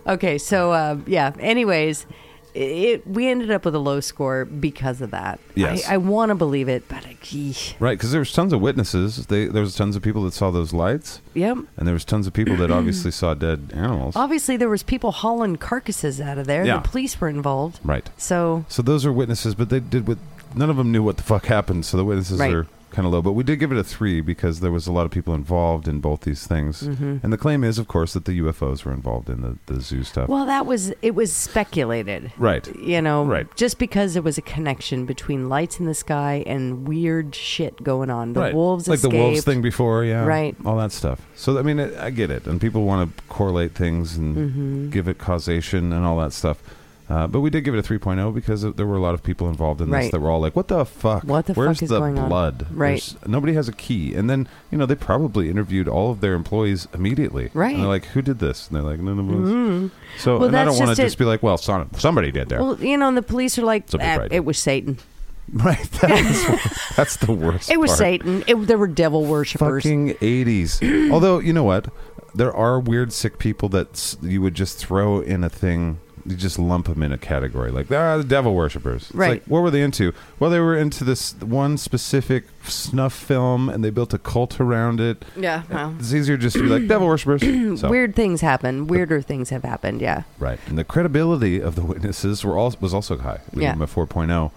B: okay, so uh, yeah. Anyways, it, we ended up with a low score because of that.
A: Yes.
B: I, I want to believe it, but uh, eesh.
A: Right, because there was tons of witnesses. They, there was tons of people that saw those lights,
B: yep.
A: and there was tons of people that obviously saw dead animals.
B: Obviously, there was people hauling carcasses out of there.
A: Yeah.
B: The police were involved.
A: Right.
B: So
A: So those are witnesses, but they did with none of them knew what the fuck happened. So the witnesses
B: Right.
A: are kind of low. But we did give it a three because there was a lot of people involved in both these things,
B: Mm-hmm.
A: and the claim is, of course, that the UFOs were involved in the, the zoo stuff.
B: well, that was it was speculated.
A: right.
B: You know,
A: Right.
B: just because there was a connection between lights in the sky and weird shit going on. The
A: right.
B: wolves
A: like the wolves
B: escaped.
A: thing before, yeah,
B: Right.
A: All that stuff. So I mean, it, I get it, and people want to correlate things and
B: Mm-hmm.
A: give it causation and all that stuff. Uh, but we did give it a 3.0 because there were a lot of people involved in this
B: Right.
A: that were all like, "What the fuck?
B: What the
A: Where's
B: fuck is
A: the
B: going on?"
A: blood?
B: Right.
A: There's- nobody has a key." And then you know they probably interviewed all of their employees immediately.
B: Right. Mm-hmm.
A: And they're like, "Who did this?" And they're like, "None of us." So
B: Well,
A: and I
B: that's
A: don't want
B: just
A: to
B: it.
A: just be like, "Well, son- somebody did there."
B: Well, you know, and the police are like,
A: Somebody
B: "Ah,
A: tried it."
B: it was Satan.
A: [laughs] right.
B: [laughs]
A: That's, [laughs] that's the worst.
B: It was
A: part.
B: Satan. It, there were devil worshippers.
A: fucking
B: [clears throat]
A: 80s. Although, you know what? There are weird sick people that s- you would just throw in a thing. You just lump them in a category. Like, ah, the devil worshippers. It's
B: Right.
A: Like, what were they into? Well, they were into this one specific snuff film and they built a cult around it.
B: Yeah, well.
A: It's easier just to be like, devil
B: [clears throat]
A: worshippers. So-
B: Weird things happen. Weirder things have happened. Yeah.
A: Right. And the credibility of the witnesses were all, was also high. We
B: Yeah.
A: gave them a 4.0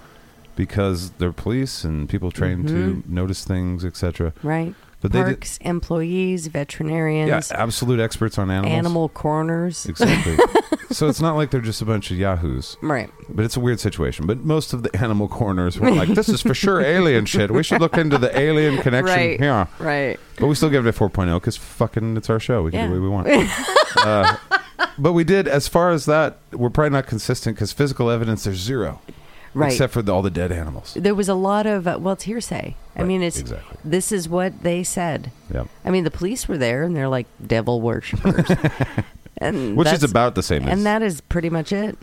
A: because they're police and people trained to notice things, etc.
B: Right.
A: But they did-
B: Mm-hmm. Parks, employees,
A: Yeah,
B: veterinarians,
A: absolute experts on
B: animal coroners.
A: [laughs] Exactly. so it's not like they're just a bunch of yahoos,
B: Right.
A: but it's a weird situation. But most of the animal corners were like, this is for sure alien shit. We should look into the alien connection
B: Right.
A: here.
B: Right.
A: But we still give it a 4.0 because fucking it's our show. We can do
B: Yeah.
A: what we
B: [laughs]
A: want. uh, but we did, as far as that, we're probably not consistent because physical evidence, there's zero.
B: Right.
A: Except for the, all the dead animals.
B: there was a lot of uh, well, it's hearsay. I
A: Right,
B: mean, it's
A: exactly.
B: this is what they said.
A: Yeah.
B: I mean, the police were there, and they're like
A: [laughs]
B: devil worshippers, and
A: Which is
B: that's-
A: about the same as.
B: and that is pretty much it.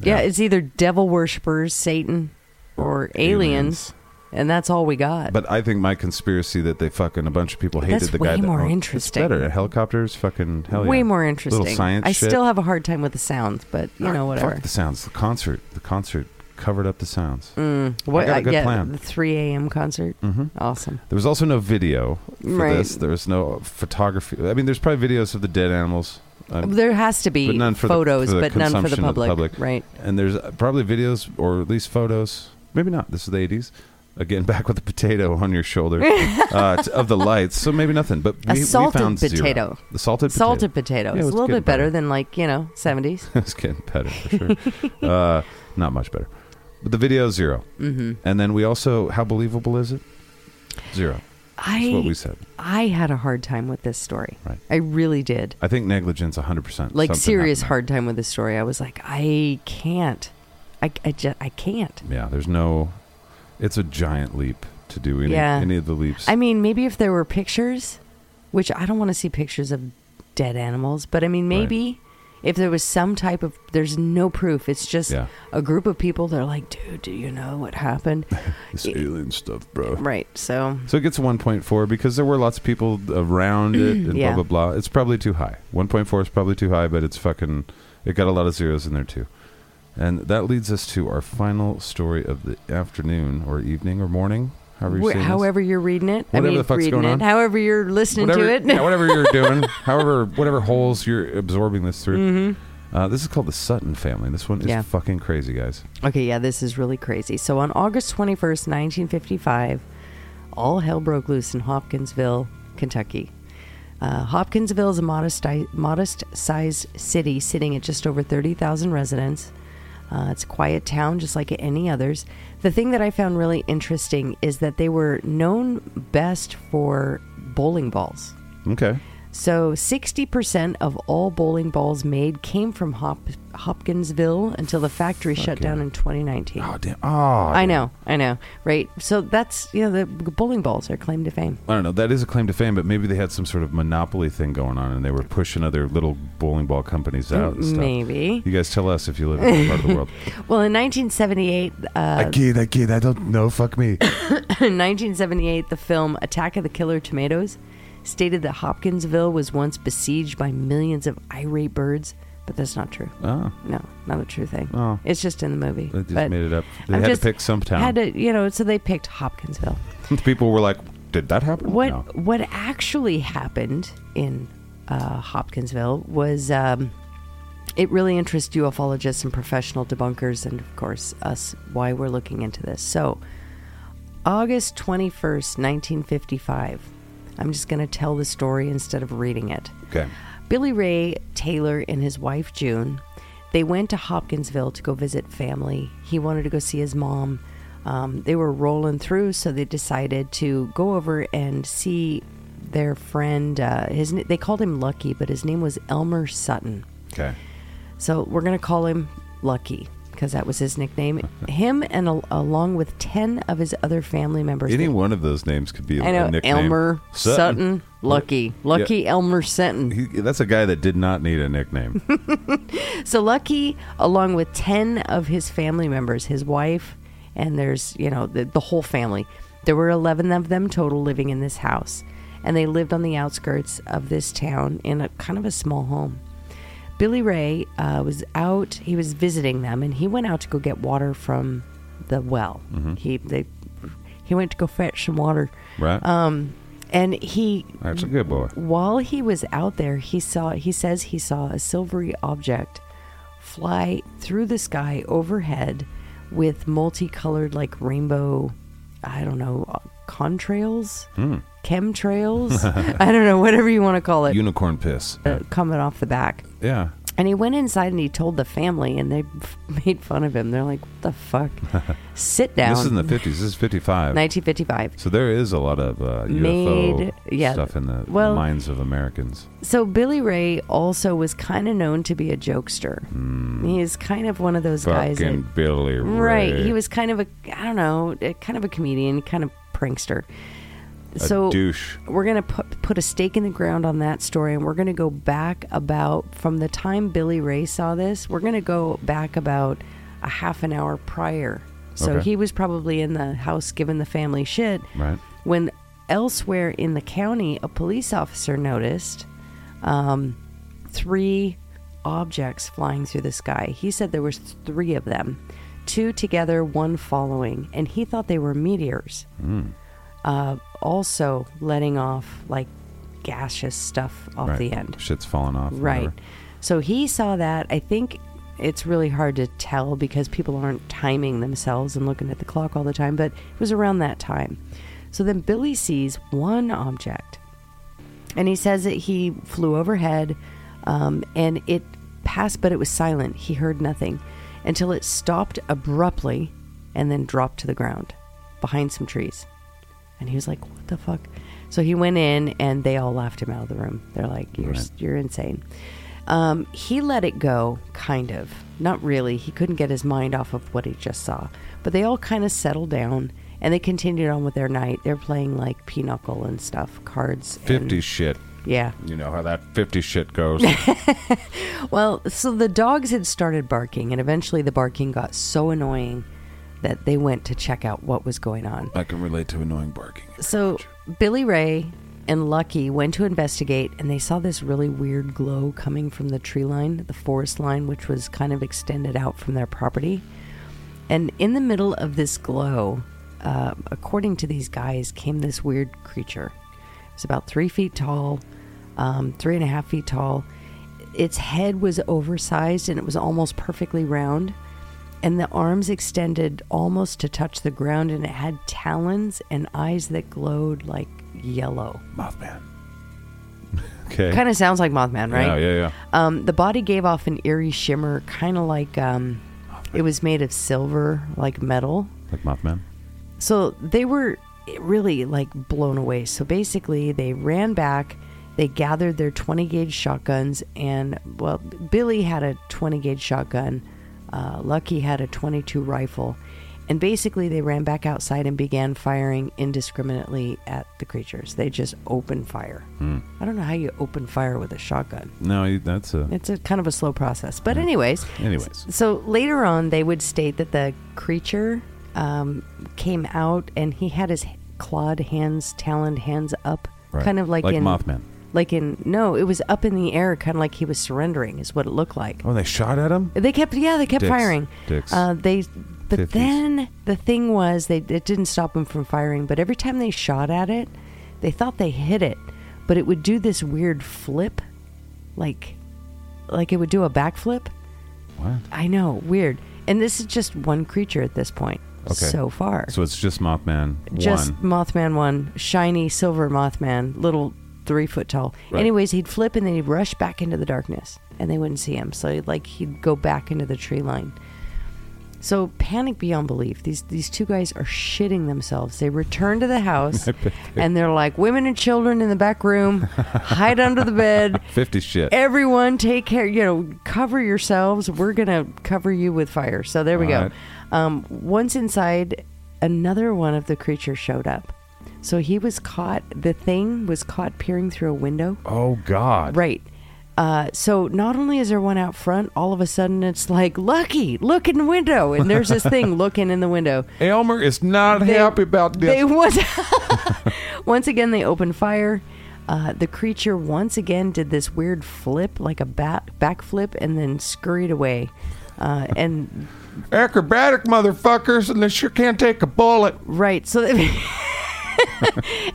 B: Yeah,
A: Yeah.
B: it's either devil worshippers, Satan, or aliens,
A: Aliens.
B: and that's all we got.
A: but I think my conspiracy that they fucking a bunch of people hated
B: That's
A: the guy
B: way
A: that
B: more
A: owned- it's
B: interesting.
A: better helicopters, fucking hell yeah.
B: way more
A: Little
B: interesting.
A: science
B: I
A: shit.
B: still have a hard time with the sounds, but you know whatever.
A: Ah, Fuck the sounds. The concert. The concert covered up the sounds.
B: Mm, what,
A: got a good
B: yeah,
A: plan.
B: The 3 a.m. concert,
A: hmm
B: awesome.
A: There was also no video for
B: Mm-hmm. Right.
A: this. There was no photography. I mean, there's probably videos of the dead animals. Um,
B: there has to be
A: but none for the-
B: photos,
A: for the
B: but none for the
A: consumption of the
B: public,
A: public.
B: right?
A: and there's uh, probably videos or at least photos. Maybe not. This is the 80s. Again, [laughs] back with the potato on your shoulder
B: [laughs]
A: uh, t- of the lights. So maybe nothing. But we,
B: A
A: we
B: salted
A: found zero.
B: potato.
A: The salted potato. [laughs]
B: Salted potatoes,
A: Yeah,
B: a
A: it's
B: little
A: getting
B: bit better
A: better.
B: than like you know 70s.
A: it's getting better for
B: [laughs]
A: sure. uh, not much better. But the video, zero.
B: Mm-hmm.
A: And then we also, how believable is it? Zero. That's what
B: I
A: we said.
B: I had a hard time with this story.
A: Right.
B: I really did.
A: I think negligence 100%.
B: Like
A: Something
B: serious
A: happened.
B: hard time with this story. I was like, I can't. I I just I can't.
A: Yeah, there's no. It's a giant leap to do any,
B: Yeah.
A: any of the leaps.
B: I mean, maybe if there were pictures, which I don't want to see pictures of dead animals, but I mean,
A: Right.
B: maybe if there was some type of, there's no proof. It's just
A: Yeah.
B: a group of people that are like, dude, do you know
A: [laughs]
B: what happened? e
A: this alien stuff, bro.
B: right. So,
A: So it gets a 1.4 because there were lots of people around
B: [clears throat]
A: it and
B: Yeah.
A: blah, blah, blah. It's probably too high. 1.4 is probably too high, but it's fucking. It got a lot of zeros in there, too. And that leads us to our final story of the afternoon or evening or morning, however you
B: wh-
A: say
B: however you're reading it,
A: Whatever
B: I mean,
A: the fuck's
B: reading
A: going
B: it,
A: on.
B: however you're listening
A: whatever, [laughs]
B: to it.
A: yeah, whatever you're doing, however, whatever holes you're absorbing this through. Uh, this is called the Sutton family. This one is
B: Mm-hmm. Yeah.
A: fucking crazy, guys.
B: Okay, yeah, this is really crazy. So on August 21st, 1955, all hell broke loose in Hopkinsville, Kentucky. Uh, Hopkinsville is a modest, modest sized city sitting at just over 30,000 residents. Uh, it's a quiet town, just like any others. The thing that I found really interesting is that they were known best for bowling balls.
A: Okay.
B: So, 60% of all bowling balls made came from Hop- Hopkinsville until the factory shut
A: yeah.
B: down in 2019.
A: Oh damn. Oh, I
B: I know, I know, right? So, that's, you know, the bowling balls are claim to fame.
A: I don't know. That is a claim to fame, but maybe they had some sort of monopoly thing going on, and they were pushing other little bowling ball companies out. And stuff.
B: Maybe.
A: You guys tell us if you live in that part of the
B: [laughs]
A: world.
B: Well, in 1978, uh, [laughs]
A: kid, I kid, I don't know. Fuck me.
B: in 1978, the film Attack of the Killer Tomatoes stated that Hopkinsville was once besieged by millions of irate birds, but that's not true.
A: Oh,
B: No, not a true thing.
A: Oh.
B: It's just in the movie.
A: they just
B: But
A: made it up. They
B: I'm
A: had
B: just-
A: to pick some town.
B: Had to, you know, so they picked Hopkinsville.
A: [laughs] People were like, "Did that happen?"
B: What
A: No.
B: what actually happened in uh, Hopkinsville was um, it really interests ufologists and professional debunkers, and of course us, why we're looking into this. So, August twenty first, nineteen fifty five. I'm just going to tell the story instead of reading it.
A: Okay.
B: Billy Ray Taylor and his wife June, they went to Hopkinsville to go visit family. He wanted to go see his mom. Um, they were rolling through, so they decided to go over and see their friend. Uh, his n- they called him Lucky, but his name was Elmer Sutton.
A: Okay.
B: So we're going to call him Lucky because that was his nickname. him and al- along with ten of his other family members.
A: Any one of those names could be a
B: I know
A: nickname.
B: Elmer Sutton, Lucky, Lucky Elmer Sutton.
A: He, that's a guy that did not need a
B: [laughs]
A: nickname.
B: So Lucky, along with 10 of his family members, his wife, and there's, you know, the, the whole family, there were 11 of them total living in this house. And they lived on the outskirts of this town in a kind of a small home. Billy Ray uh, was out, he was visiting them, and he went out to go get water from the well. He, they, he went to go fetch some water.
A: Right.
B: Um, and he
A: That's a good boy.
B: while he was out there, he saw he says he saw a silvery object fly through the sky overhead with multicolored like rainbow I don't know uh, contrails,
A: Hmm.
B: chemtrails,
A: [laughs]
B: I don't know whatever you want to call it
A: Unicorn piss.
B: uh, coming off the back.
A: yeah.
B: And he went inside and he told the family and they [laughs] f- made fun of him. They're like, "What
A: [laughs]
B: the fuck? Sit down."
A: This is in the 50s. This is 55.
B: 1955.
A: So there is a lot of uh, UFO
B: Made- yeah.
A: stuff in the
B: Well-
A: minds of Americans.
B: So Billy Ray also was kind of known to be a jokester. He's kind of one of those guys. that-
A: Hmm. Fucking Billy Ray.
B: right. He was kind of a I don't know, a- kind of a comedian, kind of prankster.
A: a
B: so
A: douche.
B: we're gonna put put a stake in the ground on that story, and we're gonna go back about from the time Billy Ray saw this. We're gonna go back about a half an hour prior. So
A: Okay.
B: he was probably in the house giving the family shit
A: Right.
B: when elsewhere in the county, a police officer noticed um, three objects flying through the sky. He said there was three of them, two together, one following, and he thought they were meteors. Uh, also letting off like gaseous stuff off
A: right.
B: the end.
A: Shit's falling off.
B: Right.
A: whatever.
B: So he saw that. I think it's really hard to tell because people aren't timing themselves and looking at the clock all the time, but it was around that time. So then Billy sees one object and he says that he flew overhead um, and it passed, but it was silent. He heard nothing until it stopped abruptly and then dropped to the ground behind some trees. And he was like, "What the fuck?" So he went in, and they all laughed him out of the room. They're like, "You're
A: Right.
B: you're insane." Um, he let it go, kind of, not really. He couldn't get his mind off of what he just saw. But they all kind of settled down, and they continued on with their night. They're playing like pinochle and stuff, cards. and-
A: 50 shit.
B: yeah.
A: You know how that 50 shit
B: [laughs]
A: goes.
B: Well, so the dogs had started barking, and eventually the barking got so annoying that they went to check out what was going on.
A: I can relate to annoying barking.
B: So Billy Ray and Lucky went to investigate, and they saw this really weird glow coming from the tree line, the forest line, which was kind of extended out from their property. And in the middle of this glow, uh, according to these guys, came this weird creature. It was about three feet tall, um, three and a half feet tall. Its head was oversized and it was almost perfectly round and the arms extended almost to touch the ground, and it had talons and eyes that glowed like yellow.
A: Mothman. [laughs] okay.
B: Kind of sounds like Mothman, right?
A: Yeah, yeah, yeah.
B: Um, the body gave off an eerie shimmer, kind of like um, it was made of silver, like metal.
A: Like Mothman.
B: So they were really like blown away. So basically, they ran back, they gathered their 20 gauge shotguns, and well, Billy had a 20 gauge shotgun, uh, Lucky had a 22 rifle, and basically they ran back outside and began firing indiscriminately at the creatures. They just opened fire. I don't know how you open fire with a shotgun.
A: No, you- that's a.
B: It's a kind of a slow process. But anyways,
A: Anyways.
B: So later on, they would state that the creature um, came out and he had his clawed hands, taloned hands up
A: Right.
B: Kind of like,
A: like
B: in
A: Mothman.
B: Like in no, it was up in the air, kind of like he was surrendering, is what it looked like.
A: Oh, they shot at him.
B: They kept, yeah, they kept
A: Dicks.
B: firing.
A: Dicks.
B: Uh, they, but
A: 50s.
B: then the thing was, they it didn't stop them from firing. But every time they shot at it, they thought they hit it, but it would do this weird flip, like, like it would do a backflip.
A: What?
B: I know, weird. And this is just one creature at this point,
A: Okay.
B: so far.
A: So it's just Mothman.
B: just
A: one.
B: Mothman one, shiny silver Mothman, little three foot tall.
A: Right.
B: Anyways, he'd flip and then he'd rush back into the darkness, and they wouldn't see him. So like he'd go back into the tree line. So panic beyond belief. These these two guys are shitting themselves. They
A: [laughs]
B: return to the house and they're like, women and children in the back room, hide under
A: [laughs]
B: the bed.
A: Fifty shit.
B: Everyone, take care. You know, cover yourselves. We're gonna cover you with fire. So there we
A: All
B: go.
A: right.
B: Um, once inside, another one of the creatures showed up. So he was caught. The thing was caught peering through a window.
A: oh God.
B: Right. Uh, so not only is there one out front, all of a sudden it's like Lucky, look in the window, and there's
A: [laughs]
B: this thing looking in the window.
A: Elmer is not
B: They-
A: happy about this.
B: They was [laughs] once again they opened fire. Uh, the creature once again did this weird flip, like a bat backflip, and then scurried away. Uh, and
A: Acrobatic motherfuckers, and they sure can't take a bullet.
B: right, so [laughs]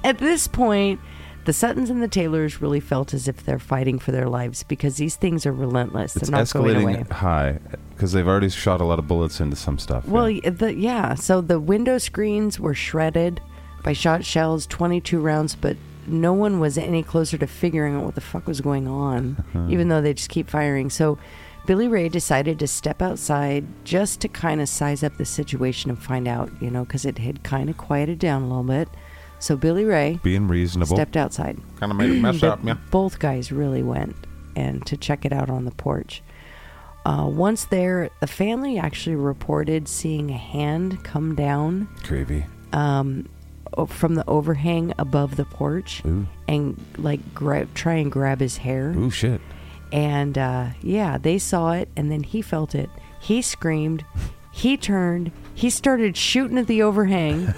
B: at this point, the Suttons and the Taylors really felt as if they're fighting for their lives because these things are relentless.
A: It's
B: they're not going away.
A: escalating high because they've already shot a lot of bullets into some stuff.
B: Well,
A: yeah.
B: y the, yeah. So the window screens were shredded by shot shells, 22 rounds, but no one was any closer to figuring out what the fuck was going on, even though they just keep firing. So Billy Ray decided to step outside just to kind of size up the situation and find out, you know, because it had kind of quieted down a little bit. So Billy Ray
A: being reasonable
B: stepped outside.
A: kind of made a
B: [clears throat]
A: mess
B: But
A: up. Yeah.
B: Both guys really went and to check it out on the porch. Uh, once there, the family actually reported seeing a hand come down
A: Creepy.
B: um, o- from the overhang above the porch
A: Ooh.
B: and like gra- try and grab his hair.
A: Ooh, shit.
B: And uh, yeah, they saw it and then he felt it. He screamed. He turned. He started shooting at
A: [laughs]
B: the overhang.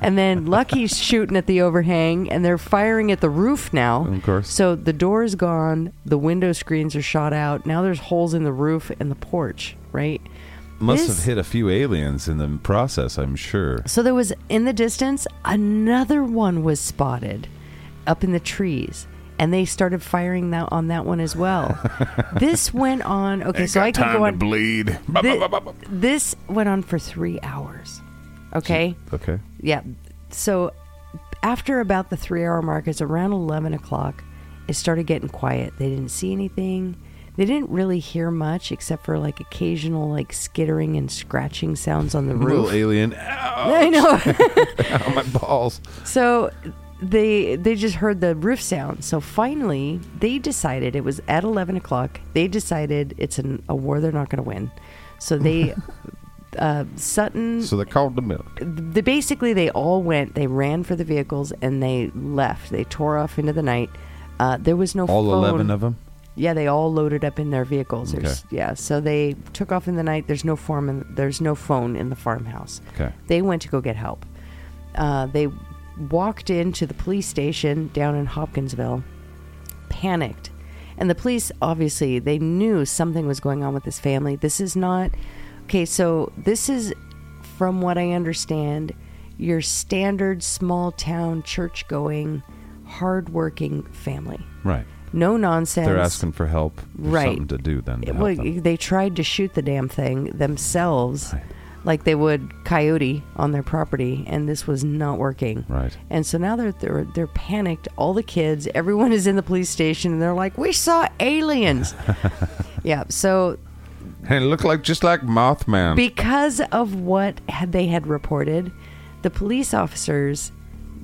B: And then Lucky's shooting at the overhang and they're firing at the roof now.
A: Of course.
B: So the door is gone. The window screens are shot out. Now there's holes in the roof and the porch, right?
A: Must
B: This-
A: have hit a few aliens in the process, I'm sure.
B: So there was in the distance another one was spotted up in the trees. And they started firing that on that one as
A: [laughs]
B: well. this went on. Okay, so I can go on.
A: bleed.
B: Thi- this went on for three hours. Okay.
A: Okay.
B: Yeah. So after about the three hour mark, it's around 11 o'clock, it started getting quiet. They didn't see anything. They didn't really hear much except for like occasional like skittering and scratching sounds on the
A: Little
B: roof.
A: alien. Ow,
B: [laughs] I know.
A: [laughs] ow, my balls.
B: [laughs] So they they just heard the roof sound. So finally, they decided it was at eleven o'clock. They decided it's an, a war they're not going to win. So they uh, Sutton.
A: So they called the middle.
B: They basically they all went. They ran for the vehicles and they left. They tore off into the night. Uh, there was no
A: All
B: phone.
A: 11 of them?
B: Yeah, they all loaded up in their vehicles. There's, Yeah, so they took off in the night. There's no form. In, there's no phone in the farmhouse.
A: Okay.
B: They went to go get help. Uh, they walked into the police station down in Hopkinsville, panicked, and the police obviously they knew something was going on with this family. This is not okay. So this is, from what I understand, your standard small town church going, hard working family.
A: Right.
B: No nonsense.
A: They're asking for help. There's
B: Right.
A: Something to do then. to
B: It-
A: help
B: well,
A: them.
B: they tried to shoot the damn thing themselves,
A: Right.
B: like they would coyote on their property, and this was not working.
A: Right.
B: And so now they're they're, they're panicked. All the kids, everyone is in the police station, and they're like, "We saw
A: [laughs]
B: aliens." yeah. So
A: And it looked like just like Mothman.
B: because of what had they had reported, the police officers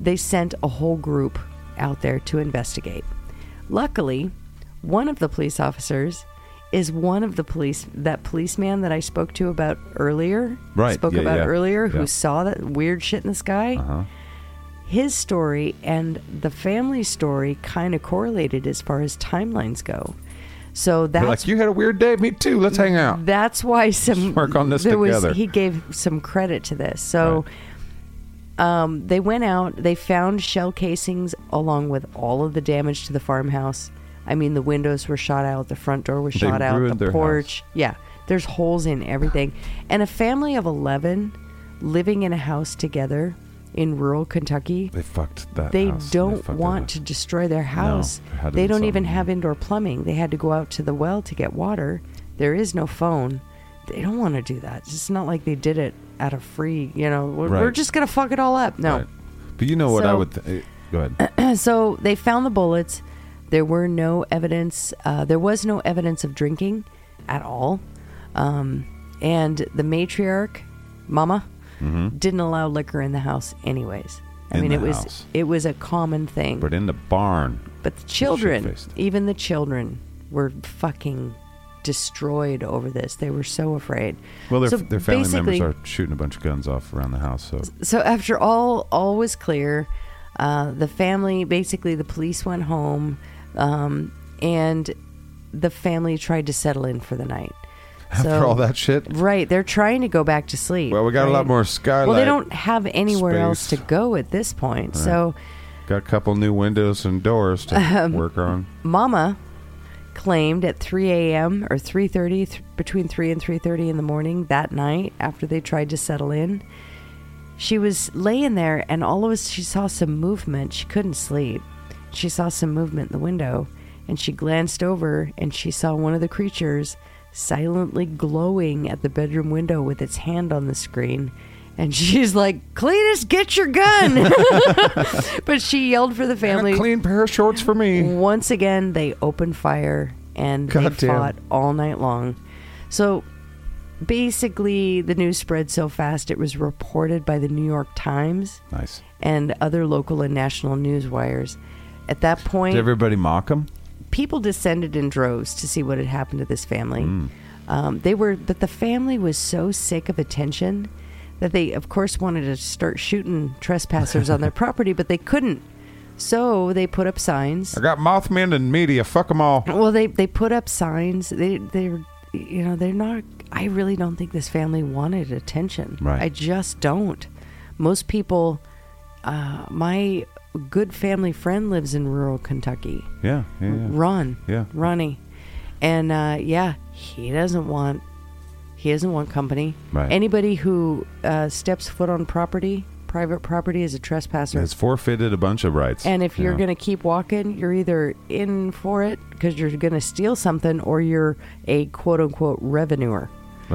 B: they sent a whole group out there to investigate. Luckily, one of the police officers is one of the police that policeman that I spoke to about earlier.
A: Right,
B: Spoke
A: yeah,
B: about
A: yeah,
B: earlier
A: yeah. Uh-huh.
B: who saw that weird shit in the sky. His story and the family story kind of correlated as far as timelines go. So that's
A: They're Mm. like, you had a weird day. Me too. Let's hang out.
B: that's why some
A: work on this
B: there
A: together.
B: Was, he gave some credit to this. So Um, they went out. They found shell casings along with all of the damage to the farmhouse. I mean, the windows were shot out. The front door was
A: They
B: shot out.
A: ruined
B: The
A: their
B: porch. Yeah, there's holes in everything. And a family of eleven living in a house together in rural Kentucky.
A: They fucked that.
B: They
A: house.
B: don't
A: fucked it up.
B: want to destroy their house.
A: there had to
B: they
A: be
B: don't even
A: something.
B: have indoor plumbing. They had to go out to the well to get water. There is no phone. They don't want to do that. It's not like they did it out of free, you know, we're, we're
A: Right.
B: just going to fuck it all up. No.
A: Right. But you know what I
B: So- uh,
A: would. Th- eh, go ahead.
B: [clears throat] So they found the bullets. There were no evidence. Uh, there was no evidence of drinking at all. Um, and the matriarch, Mama, didn't allow liquor in the house, anyways.
A: Mm-hmm.
B: I
A: In
B: mean,
A: the
B: it was
A: house.
B: it was a common thing.
A: but in the barn.
B: But the children,
A: Shit-faced.
B: even the children, were fucking destroyed over this. They were so afraid.
A: Well, their,
B: So
A: their family members
B: basically-
A: are shooting a bunch of guns off around the house. So
B: So after all, all was clear. Uh, the family, basically, the police went home, um, and the family tried to settle in for the night.
A: after
B: So-
A: all that shit,
B: right? They're trying to go back to sleep.
A: Well, we got a lot
B: right?
A: more skylight.
B: Well, they don't have anywhere else to
A: space.
B: go at this point. So.
A: got a couple new windows and doors
B: [laughs]
A: to
B: Um,
A: work on.
B: Mama claimed at 3 a.m. or 3:30 th- between 3 and 3:30 in the morning that night after they tried to settle in. She was laying there and all of a she saw some movement. She couldn't sleep. She saw some movement in the window and she glanced over and she saw one of the creatures silently glowing at the bedroom window with its hand on the screen. And [laughs] she's like, Cletus, get your gun. [laughs] but she yelled for the family. Mm.
A: And a clean pair of shorts for me.
B: Once again, they opened fire and they
A: Goddamn.
B: fought all night long. So basically, the news spread so fast it was reported by the New York Times
A: Nice.
B: and other local and national news wires. At that point,
A: Did everybody mock him?
B: people descended in droves to see what had happened to this family. Um, they were, but the family was so sick of attention that they, of course, wanted to start shooting trespassers on their property, but they couldn't. So they put up signs.
A: I got Mothman and media. Fuck them all.
B: Well, they they put up signs. They they're you know they're not. I really don't think this family wanted attention.
A: Right.
B: I just don't. Most people, uh, my good family friend lives in rural Kentucky.
A: Yeah, yeah, yeah.
B: Ron.
A: Yeah.
B: Ronnie, and uh, yeah, he doesn't want. He doesn't want company.
A: Right.
B: Anybody who uh, steps foot on property, private property, is a trespasser.
A: Has forfeited a bunch of rights.
B: And if you're
A: Yeah.
B: going to keep walking, you're either in for it because you're going to steal something or you're a quote unquote revenuer. [laughs]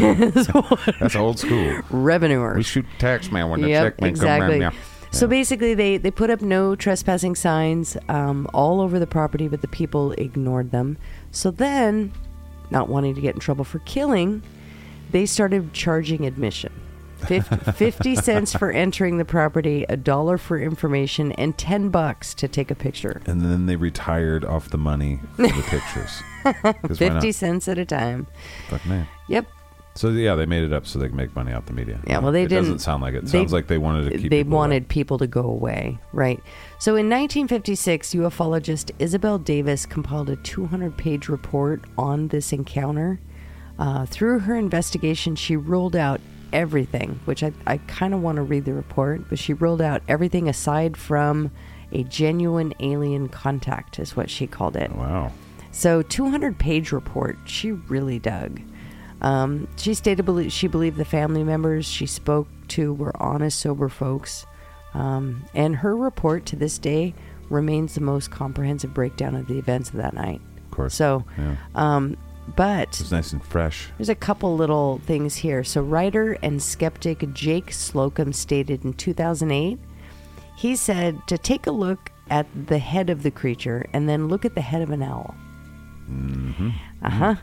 A: that's old school.
B: Revenuer.
A: We shoot tax man when the
B: Yep,
A: check man
B: exactly.
A: come around.
B: So basically, they, they put up no trespassing signs um, all over the property, but the people ignored them. So then, not wanting to get in trouble for killing, they started charging admission.
A: [laughs]
B: Fif- 50 cents for entering the property, a dollar for information, and 10 bucks to take a picture.
A: And then they retired off the money for the
B: [laughs]
A: pictures. 'Cause why not?
B: 50 cents at a time.
A: Fuck man.
B: Yep.
A: So yeah, they made it up so they can make money off the media.
B: Yeah, well, they
A: it
B: didn't-
A: Doesn't sound like it.
B: they-
A: Sounds like they wanted to keep.
B: They
A: people away.
B: wanted people to go away, right? So in 1956, ufologist Isabel Davis compiled a 200 page report on this encounter. Uh, through her investigation, she ruled out everything, which I, I kind of want to read the report, but she ruled out everything aside from a genuine alien contact, is what she called it.
A: Wow.
B: So, 200 page report, she really dug. Um, she stated belie- she believed the family members she spoke to were honest, sober folks. Um, and her report to this day remains the most comprehensive breakdown of the events of that night.
A: Of course.
B: So,
A: yeah.
B: um, but
A: it's nice and fresh.
B: there's a couple little things here. So, writer and skeptic Jake Slocum stated in 2008 he said to take a look at the head of the creature and then look at the head of an owl.
A: Mm-hmm.
B: Uh huh.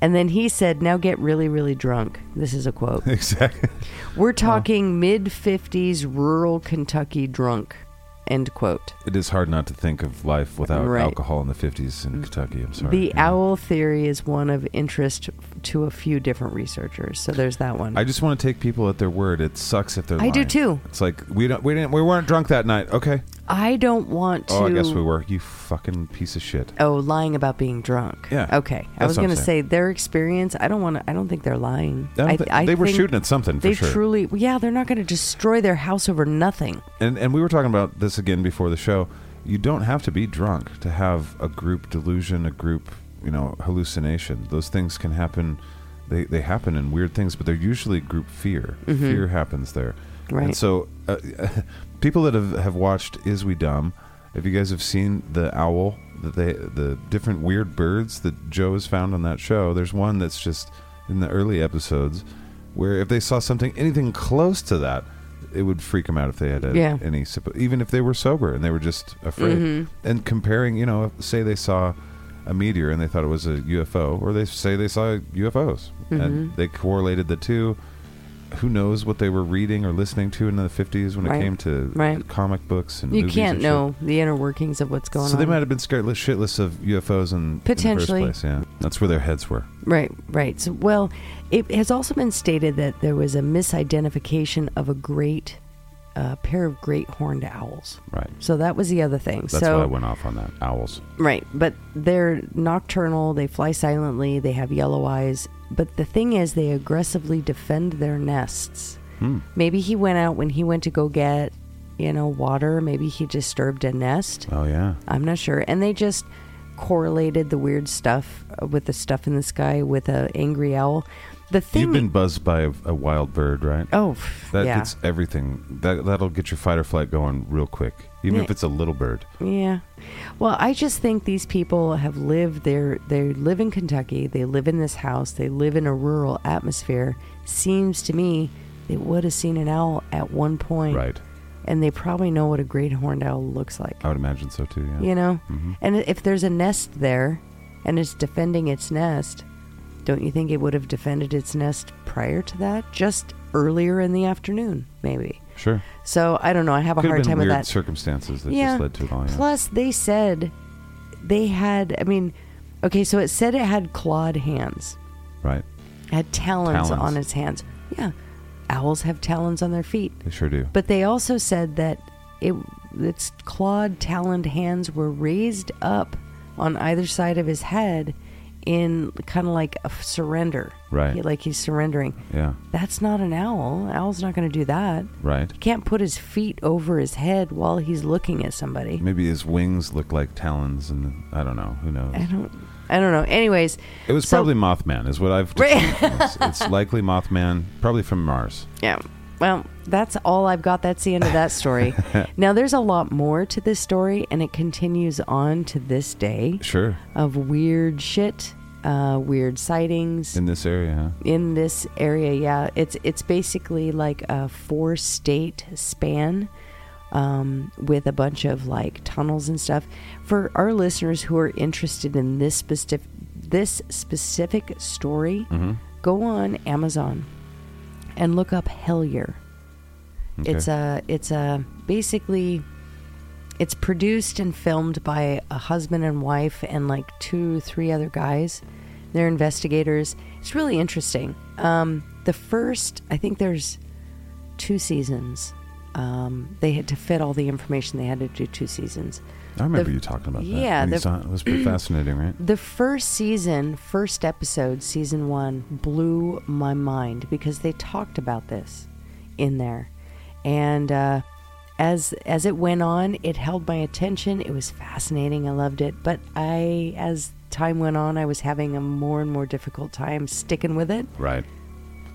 B: And then he said, now get really, really drunk. This is
A: [laughs]
B: a
A: [laughs]
B: quote.
A: Exactly.
B: We're talking mid 50s rural Kentucky drunk. End quote.
A: It is hard not to think of life without
B: Right.
A: alcohol in the fifties in Kentucky. I'm sorry.
B: The
A: Yeah.
B: owl theory is one of interest to a few different researchers. So there's that one.
A: I just want to take people at their word. It sucks if they're.
B: I do
A: lying.
B: too.
A: It's like we don't. We didn't. We weren't drunk that night. Okay.
B: I don't want to.
A: Oh, I guess we were. You fucking piece of shit.
B: Oh, lying about being drunk.
A: Yeah,
B: Okay. I
A: that's
B: was
A: what I'm
B: going to say
A: saying.
B: their experience. I don't want to. I don't think they're lying.
A: I don't thi- they were
B: think
A: shooting at something for
B: They
A: sure.
B: truly. Yeah, they're not going to destroy their house over nothing.
A: and and we were talking about this again before the show. You don't have to be drunk to have a group delusion, a group you know hallucination. Those things can happen. They they happen in weird things, but they're usually group fear.
B: Mm-hmm.
A: Fear happens there,
B: Right.
A: And so, uh, [laughs] people that have have watched "Is We Dumb," if you guys have seen the owl, that they the different weird birds that Joe has found on that show. There's one that's just in the early episodes where if they saw something anything close to that it would freak them out if they had a,
B: Yeah. Mm-hmm.
A: any sip- even if they were sober and they were just afraid and comparing you know say they saw a meteor and they thought it was a ufo or they say they saw ufos
B: Mm-hmm.
A: and they correlated the two who knows what they were reading or listening to in the 50s when
B: Right.
A: it came to
B: Right.
A: comic books and
B: You
A: movies
B: can't
A: and shit.
B: know the inner workings of what's going
A: so
B: on.
A: they might have been scared li- shitless of ufos in, in
B: Potentially.
A: the first place yeah that's where their heads were
B: Right, right. So, well, it has also been stated that there was a misidentification of a great uh, pair of great horned owls.
A: right
B: So that was the other thing.
A: that's
B: so
A: why i went off on that owls
B: Right, but they're nocturnal, they fly silently, they have yellow eyes. But the thing is, they aggressively defend their nests.
A: Hmm.
B: Maybe he went out when he went to go get, you know, water. Maybe he disturbed a nest.
A: oh yeah
B: I'm not sure. And they just correlated the weird stuff uh, with the stuff in the sky with a angry owl. The thing.
A: You've been buzzed by a, a wild bird, right?
B: oh, pff,
A: that
B: yeah.
A: gets everything. That that'll get your fight or flight going real quick, even
B: Yeah.
A: if it's a little bird.
B: Yeah. Well, I just think these people have lived their they live in Kentucky, they live in this house, they live in a rural atmosphere. Seems to me they would have seen an owl at one point.
A: Right. Uh,
B: And they probably know what a great horned owl looks like.
A: I would imagine so too. Yeah. Mm-hmm.
B: You know? And if there's a nest there and it's defending its nest, don't you think it would have defended its nest prior to that? Just earlier in the afternoon, maybe.
A: Sure.
B: So I don't know. I have a
A: Could
B: hard
A: have been
B: time
A: weird
B: with that.
A: circumstances that
B: Yeah.
A: just led to it all. Yeah.
B: Plus, they said they had, I mean, okay, so it said it had clawed hands,
A: Right.
B: had talons,
A: Talons.
B: on its hands. Yeah, owls have talons on their feet.
A: They sure do.
B: But they also said that it, its clawed, taloned hands were raised up on either side of his head in kind of like a f- surrender.
A: Right.
B: He- like he's surrendering.
A: yeah.
B: That's not an owl. Owl's not going to do that.
A: Right.
B: He can't put his feet over his head while he's looking at somebody.
A: Maybe his wings look like talons, and I don't know. Who knows?
B: I don't. I don't know. Anyways,
A: It was
B: Eh, so-
A: probably Mothman, is what I've.
B: Right.
A: determined. it's, it's likely Mothman, probably from Mars.
B: yeah. Well, that's all I've got. That's the end of that story. now, there's a lot more to this story, and it continues on to this day
A: Sure.
B: of weird shit, uh, weird sightings
A: In this area. Huh?
B: in this area. Yeah, it's it's basically like a four state span um, with a bunch of like tunnels and stuff. For our listeners who are interested in this specific this specific story, go on Amazon and look up Hellier.
A: Okay.
B: It's uh, a it's a basically it's produced and filmed by a husband and wife and like two three other guys. They're investigators. It's really interesting. Um, the first I think there's two seasons. Um, they had to fit all the information. They had to do two seasons.
A: I remember
B: the-
A: you talking about that.
B: yeah,
A: when you
B: the-
A: saw it. It was
B: [clears throat]
A: pretty fascinating, right?
B: The first season, first episode, season one, blew my mind because they talked about this in there, and uh, as as it went on, it held my attention. It was fascinating. I loved it, but I as time went on, I was having a more and more difficult time sticking with it
A: Right.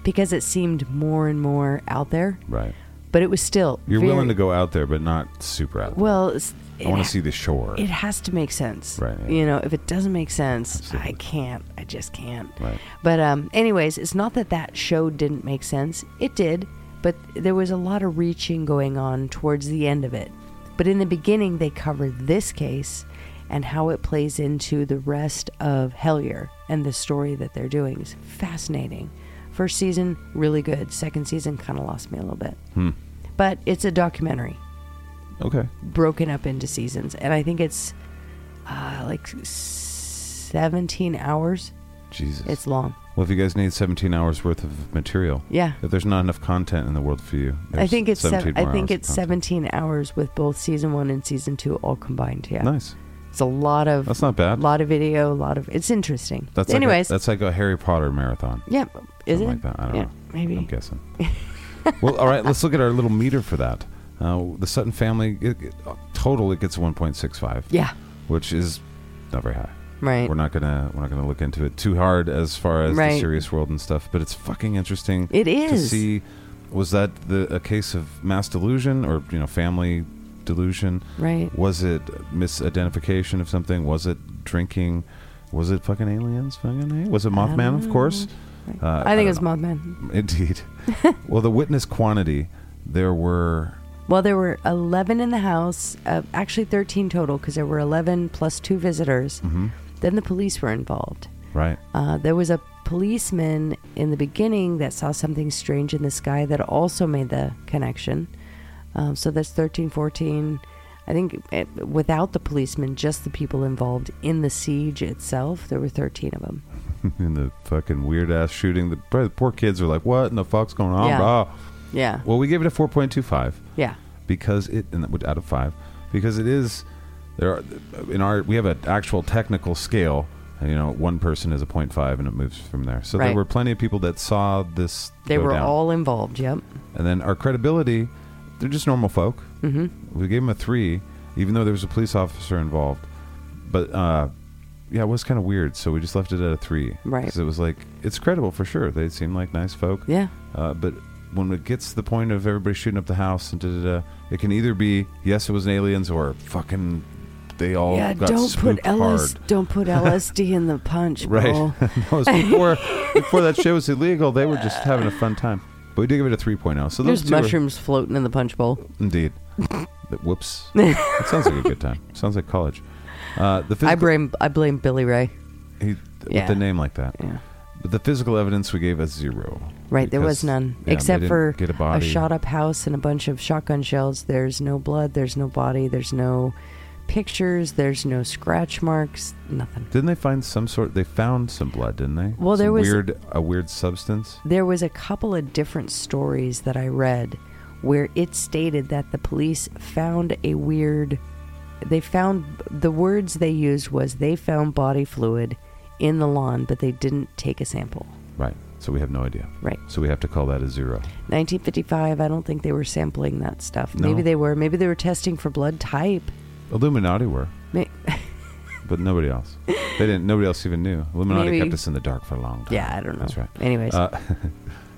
B: because it seemed more and more out there.
A: Right.
B: But it was still
A: You're
B: very-
A: willing to go out there, but not super out. there.
B: Well, it's-
A: I want
B: it-
A: to see the shore.
B: it has to make sense.
A: Right, yeah.
B: You know, if it doesn't make sense,
A: Absolutely.
B: I can't. I just can't.
A: Right.
B: But um anyways, it's not that that show didn't make sense. It did, but there was a lot of reaching going on towards the end of it. But in the beginning, they covered this case and how it plays into the rest of Hellier and the story that they're doing. It's fascinating. First season, really good. Second season kind of lost me a little bit. But it's a documentary
A: Hmm. okay.
B: broken up into seasons, and I think it's uh, like 17 hours.
A: Jesus.
B: It's long.
A: Well, if you guys need 17 hours worth of material,
B: Yeah.
A: if there's not enough content in the world for you,
B: I
A: there's
B: think it's
A: 17
B: seven, I
A: more
B: think
A: hours of
B: it's
A: content.
B: 17 hours with both season 1 and season 2 all combined, yeah.
A: Nice.
B: It's a lot of
A: That's not bad.
B: lot of video, a lot of it's interesting.
A: That's
B: Anyways,
A: Like a, that's like a Harry Potter marathon.
B: yeah, is
A: Something
B: it?
A: like that. I don't
B: yeah,
A: know.
B: maybe.
A: I'm
B: [laughs]
A: guessing. well, all right. Let's look at our little meter for that. Uh, the Sutton family it, it, total it gets 1.65,
B: Yeah,
A: which is not very high.
B: right.
A: We're not gonna we're not gonna look into it too hard as far as the
B: Right.
A: serious world and stuff. But it's fucking interesting
B: It
A: to
B: is.
A: see. Was that the a case of mass delusion or you know family delusion?
B: Right.
A: Was it misidentification of something? Was it drinking? Was it fucking aliens? Fucking eh? was it
B: don't
A: Mothman? Of
B: know.
A: course.
B: Right.
A: Uh,
B: I
A: don't
B: think it's
A: know. [laughs]
B: Mothman.
A: Indeed. well, the witness quantity, there were.
B: Well, there were 11 in the house, uh, actually 13 total because there were 11 plus two visitors.
A: mhm,
B: Then the police were involved.
A: Right. [laughs]
B: Uh, there was a policeman in the beginning that saw something strange in the sky that also made the connection. Um, so that's 13, 14. I think it, without the policeman, just the people involved in the siege itself, there were 13 of them.
A: In the fucking weird ass shooting, the, probably the poor kids are like, what in the fuck's going on?
B: Yeah.
A: brah?"
B: Yeah.
A: Well, we gave it a 4.25
B: Yeah.
A: because it, and that would- out of five, because it is, there are, in our, we have an actual technical scale. and, You know, one person is a 0.5 and it moves from there. So there
B: Right.
A: were plenty of people that saw this.
B: They
A: go
B: were
A: down.
B: all involved. Yep.
A: And then our credibility, they're just normal folk.
B: hmm
A: We gave him a three, even though there was a police officer involved. But uh, yeah, it was kind of weird, so we just left it at a three.
B: Right.
A: Because it was like it's credible for sure. They seem like nice folk.
B: Yeah.
A: Uh, but when it gets to the point of everybody shooting up the house and da da da, it can either be yes, it was an aliens or fucking they all
B: yeah.
A: got
B: Don't put
A: spooked
B: LS,
A: hard.
B: don't put LSD in the punch,
A: Right.
B: bro.
A: [laughs] no, it's before before that shit was illegal. They were
B: [laughs]
A: just having a fun time. But we did give it a 3.0. So [laughs] those
B: There's
A: two are-
B: mushrooms floating in the punch bowl.
A: Indeed. But Whoops. it sounds like a good time. Sounds like college. Uh, the physical,
B: I blame I blame Billy Ray.
A: he,
B: yeah.
A: with a name like that.
B: Yeah.
A: But the physical evidence we gave a zero.
B: Right, there
A: Because,
B: was none
A: yeah, they
B: except
A: didn't
B: for
A: get a, body.
B: shot up house and a bunch of shotgun shells. There's no blood, there's no body, there's no pictures, there's no scratch marks, nothing.
A: Didn't they find some sort? They found some blood, didn't they?
B: Well, there
A: Some
B: was-
A: weird a weird substance.
B: There was a couple of different stories that I read where it stated that the police found a weird they found the words they used was they found body fluid in the lawn, but they didn't take a sample.
A: Right. So we have no idea.
B: Right.
A: So we have to call that a zero.
B: 1955, I don't think they were sampling that stuff.
A: No.
B: Maybe they were. Maybe they were testing for blood type.
A: Illuminati were,
B: May- [laughs]
A: but nobody else. They didn't. Nobody else even knew. Illuminati
B: Maybe.
A: kept us in the dark for a long time.
B: Yeah, I don't know.
A: That's right.
B: Anyways,
A: Uh,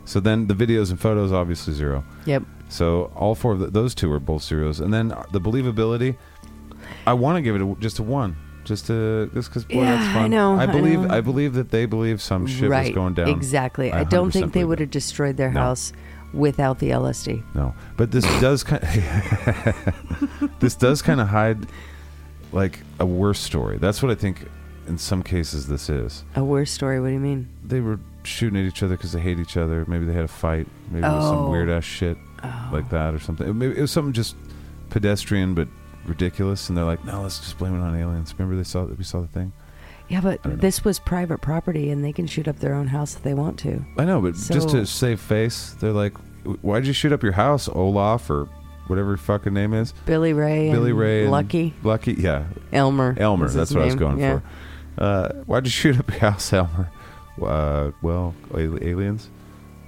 A: so then the videos and photos obviously zero.
B: yep.
A: So all four of th those two are both zeros, and then the believability. I want to give it a, just a one, just a just because boy, that's
B: Yeah, I
A: fun.
B: know, I
A: believe.
B: know.
A: I, believe that they believe some Um, shit
B: right.
A: was going down.
B: Exactly.
A: I
B: I, don't
A: 100%
B: think they
A: believe
B: would
A: it.
B: have destroyed their
A: No.
B: house without the LSD.
A: No, but this does kind. [laughs] this does kind of hide, like a worse story. That's what I think. In some cases, this is
B: A worse story. What do you mean?
A: they were shooting at each other because they hate each other. Maybe they had a fight. Maybe it was some
B: Oh.
A: weird ass shit
B: Oh.
A: like that or something. Maybe it was something just pedestrian but ridiculous, and they're like, "No, let's just blame it on aliens." Remember they saw we saw the thing.
B: yeah, but
A: don't know.
B: this was private property, and they can shoot up their own house if they want to.
A: I know, but just
B: So-
A: to save face, they're like, "Why'd you shoot up your house, Olaf or whatever your fucking name is?"
B: Billy Ray.
A: Billy
B: and
A: Ray and-
B: Lucky.
A: Lucky, yeah,
B: Elmer.
A: Elmer.
B: is
A: That's
B: his
A: what I was
B: name.
A: going
B: Yeah.
A: for. Uh, why'd you shoot up your house, Elmer? Uh, well, al- aliens.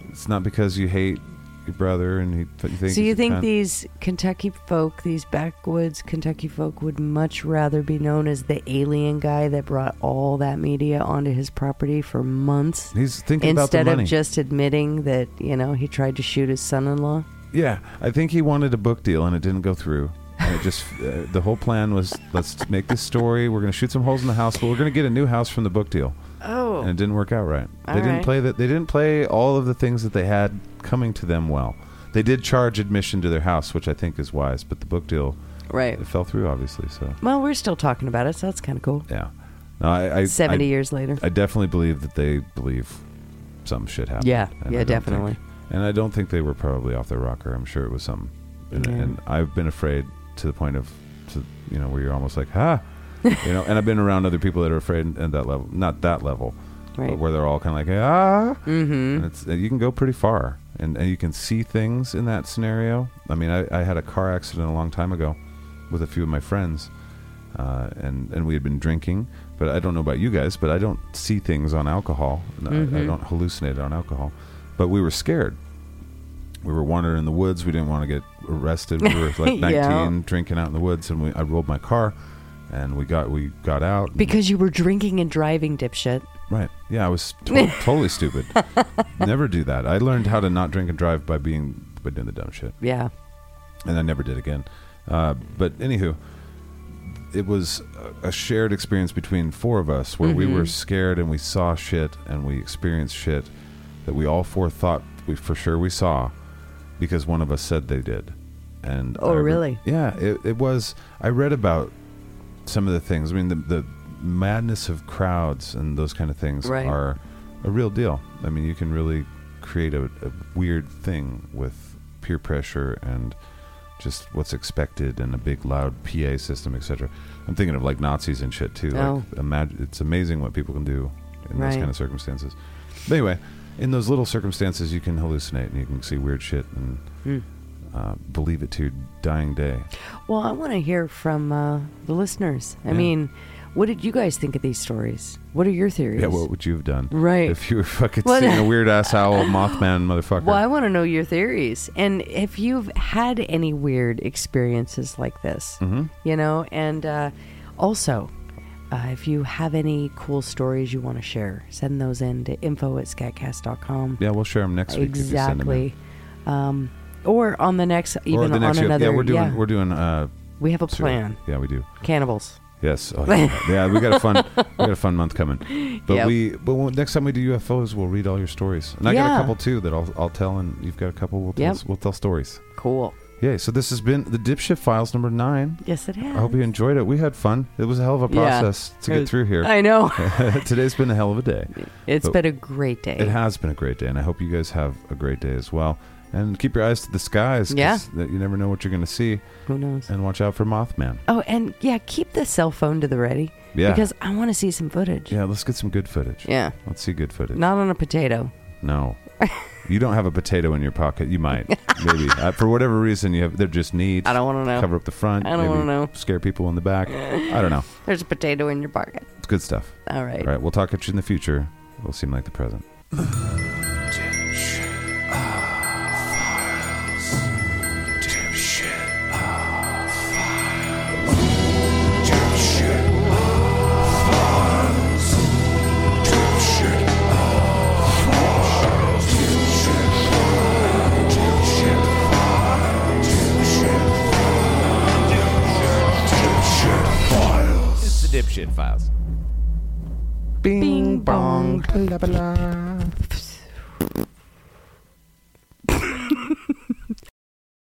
A: It's not because you hate your brother and he th- you think.
B: So you
A: he's a
B: think
A: cunt.
B: these Kentucky folk, these backwoods Kentucky folk, would much rather be known as the alien guy that brought all that media onto his property for months
A: He's thinking about the
B: instead
A: money.
B: of just admitting that you know he tried to shoot his son-in-law?
A: Yeah, I think he wanted a book deal and it didn't go through. And it just uh, the whole plan was let's make this story. We're going to shoot some holes in the house, but we're going to get a new house from the book deal.
B: Oh,
A: And it didn't work out right.
B: All
A: they didn't
B: right.
A: play that. They didn't play all of the things that they had coming to them well. They did charge admission to their house, which I think is wise, but the book deal
B: right.
A: it fell through obviously. So
B: Well, we're still talking about it, so that's kind of cool.
A: yeah, no, I, I
B: Seventy
A: I-
B: years later.
A: I definitely believe that they believe some shit happened.
B: Yeah,
A: And
B: yeah,
A: I don't think-
B: definitely.
A: and I don't think they were probably off their rocker. I'm sure it was something. And,
B: Yeah.
A: and I've been afraid to the point of, to, you know, where you're almost like, ha, you know. And I've been around other people that are afraid at that level, not that level,
B: Right.
A: where they're all kind of like ah, mm-hmm. it's, you can go pretty far, and, and you can see things in that scenario. I mean, I, I had a car accident a long time ago with a few of my friends, uh, and and we had been drinking. But I don't know about you guys, but I don't see things on alcohol. and I- I, don't hallucinate on alcohol. But we were scared. We were wandering in the woods. We didn't want to get arrested. We were like 19,
B: Yeah.
A: drinking out in the woods, and we I rolled my car, and we got we got out. and-
B: Because you were drinking and driving, dipshit.
A: Right. Yeah, I was to- totally stupid. Never do that. I learned how to not drink and drive by being by doing the dumb shit,
B: Yeah.
A: and I never did again. Uh, but anywho, it was a a shared experience between four of us where we
B: Mm-hmm.
A: were scared and we saw shit and we experienced shit that we all four thought we for sure we saw because one of us said they did. And
B: Oh,
A: I re-
B: really?
A: Yeah, it, it was. I read about some of the things. I mean, the, the madness of crowds and those kind of things
B: Right.
A: are a real deal. I mean, you can really create a, a weird thing with peer pressure and just what's expected and a big loud PA system, etc. I'm thinking of like Nazis and shit too.
B: Oh.
A: Like, imagine it's amazing what people can do in those
B: Right.
A: kind of circumstances. But anyway, in those little circumstances, you can hallucinate and you can see weird shit and
B: Hmm.
A: uh, believe it to your dying day.
B: Well, I want to hear from uh, the listeners. I
A: Yeah.
B: mean, what did you guys think of these stories? What are your theories?
A: Yeah, what would you have done?
B: Right.
A: If you were fucking
B: What- [laughs]
A: seeing a weird ass owl, Mothman motherfucker.
B: Well, I want to know your theories. And if you've had any weird experiences like this,
A: Mm-hmm.
B: you know, and uh, also, uh, if you have any cool stories you want to share, send those in to info at scatcast.com.
A: Yeah, we'll share them next week. if you send 'em in.
B: exactly. Um, or on the next, even
A: Or the next
B: on
A: year.
B: another.
A: Yeah, we're doing. We're doing. Uh,
B: we have a
A: serial.
B: plan.
A: Yeah, we do.
B: Cannibals.
A: Yes. Oh, yeah. yeah, we got a fun, we got a fun month coming. But
B: Yep.
A: we, but when, next time we do UFOs, we'll read all your stories, and I got
B: Yeah.
A: a couple too that I'll, I'll tell, and you've got a couple. We'll tell,
B: Yep.
A: we'll tell stories.
B: Cool.
A: Yay! So this has been the Dipshit Files number nine.
B: Yes, it has.
A: I hope you enjoyed it. We had fun. It was a hell of a
B: Yeah.
A: process to get through here. [laughs]
B: I know.
A: Today's been a hell of a day.
B: It's
A: But-
B: been a great day.
A: It has been a great day, and I hope you guys have a great day as well. And keep your eyes to the skies. 'cause
B: Yeah.
A: That you never know what you're going to see,
B: Who knows?
A: and watch out for Mothman.
B: Oh, and yeah, keep the cell phone to the ready.
A: Yeah.
B: Because I want to see some footage.
A: Yeah. Let's get some good footage.
B: Yeah.
A: Let's see good footage.
B: Not on a potato.
A: No. you don't have a potato in your pocket. You might,
B: [laughs]
A: maybe uh, for whatever reason you have. They're just needs.
B: I don't want to know.
A: cover up the front.
B: I don't
A: maybe
B: wanna know.
A: Scare people in the back. I don't know.
B: There's a potato in your pocket.
A: It's good stuff.
B: All right.
A: All right, we'll talk at you in the future. It'll seem like the present. It's the dipshit files.
B: Bing bong.
A: Blah, blah, blah.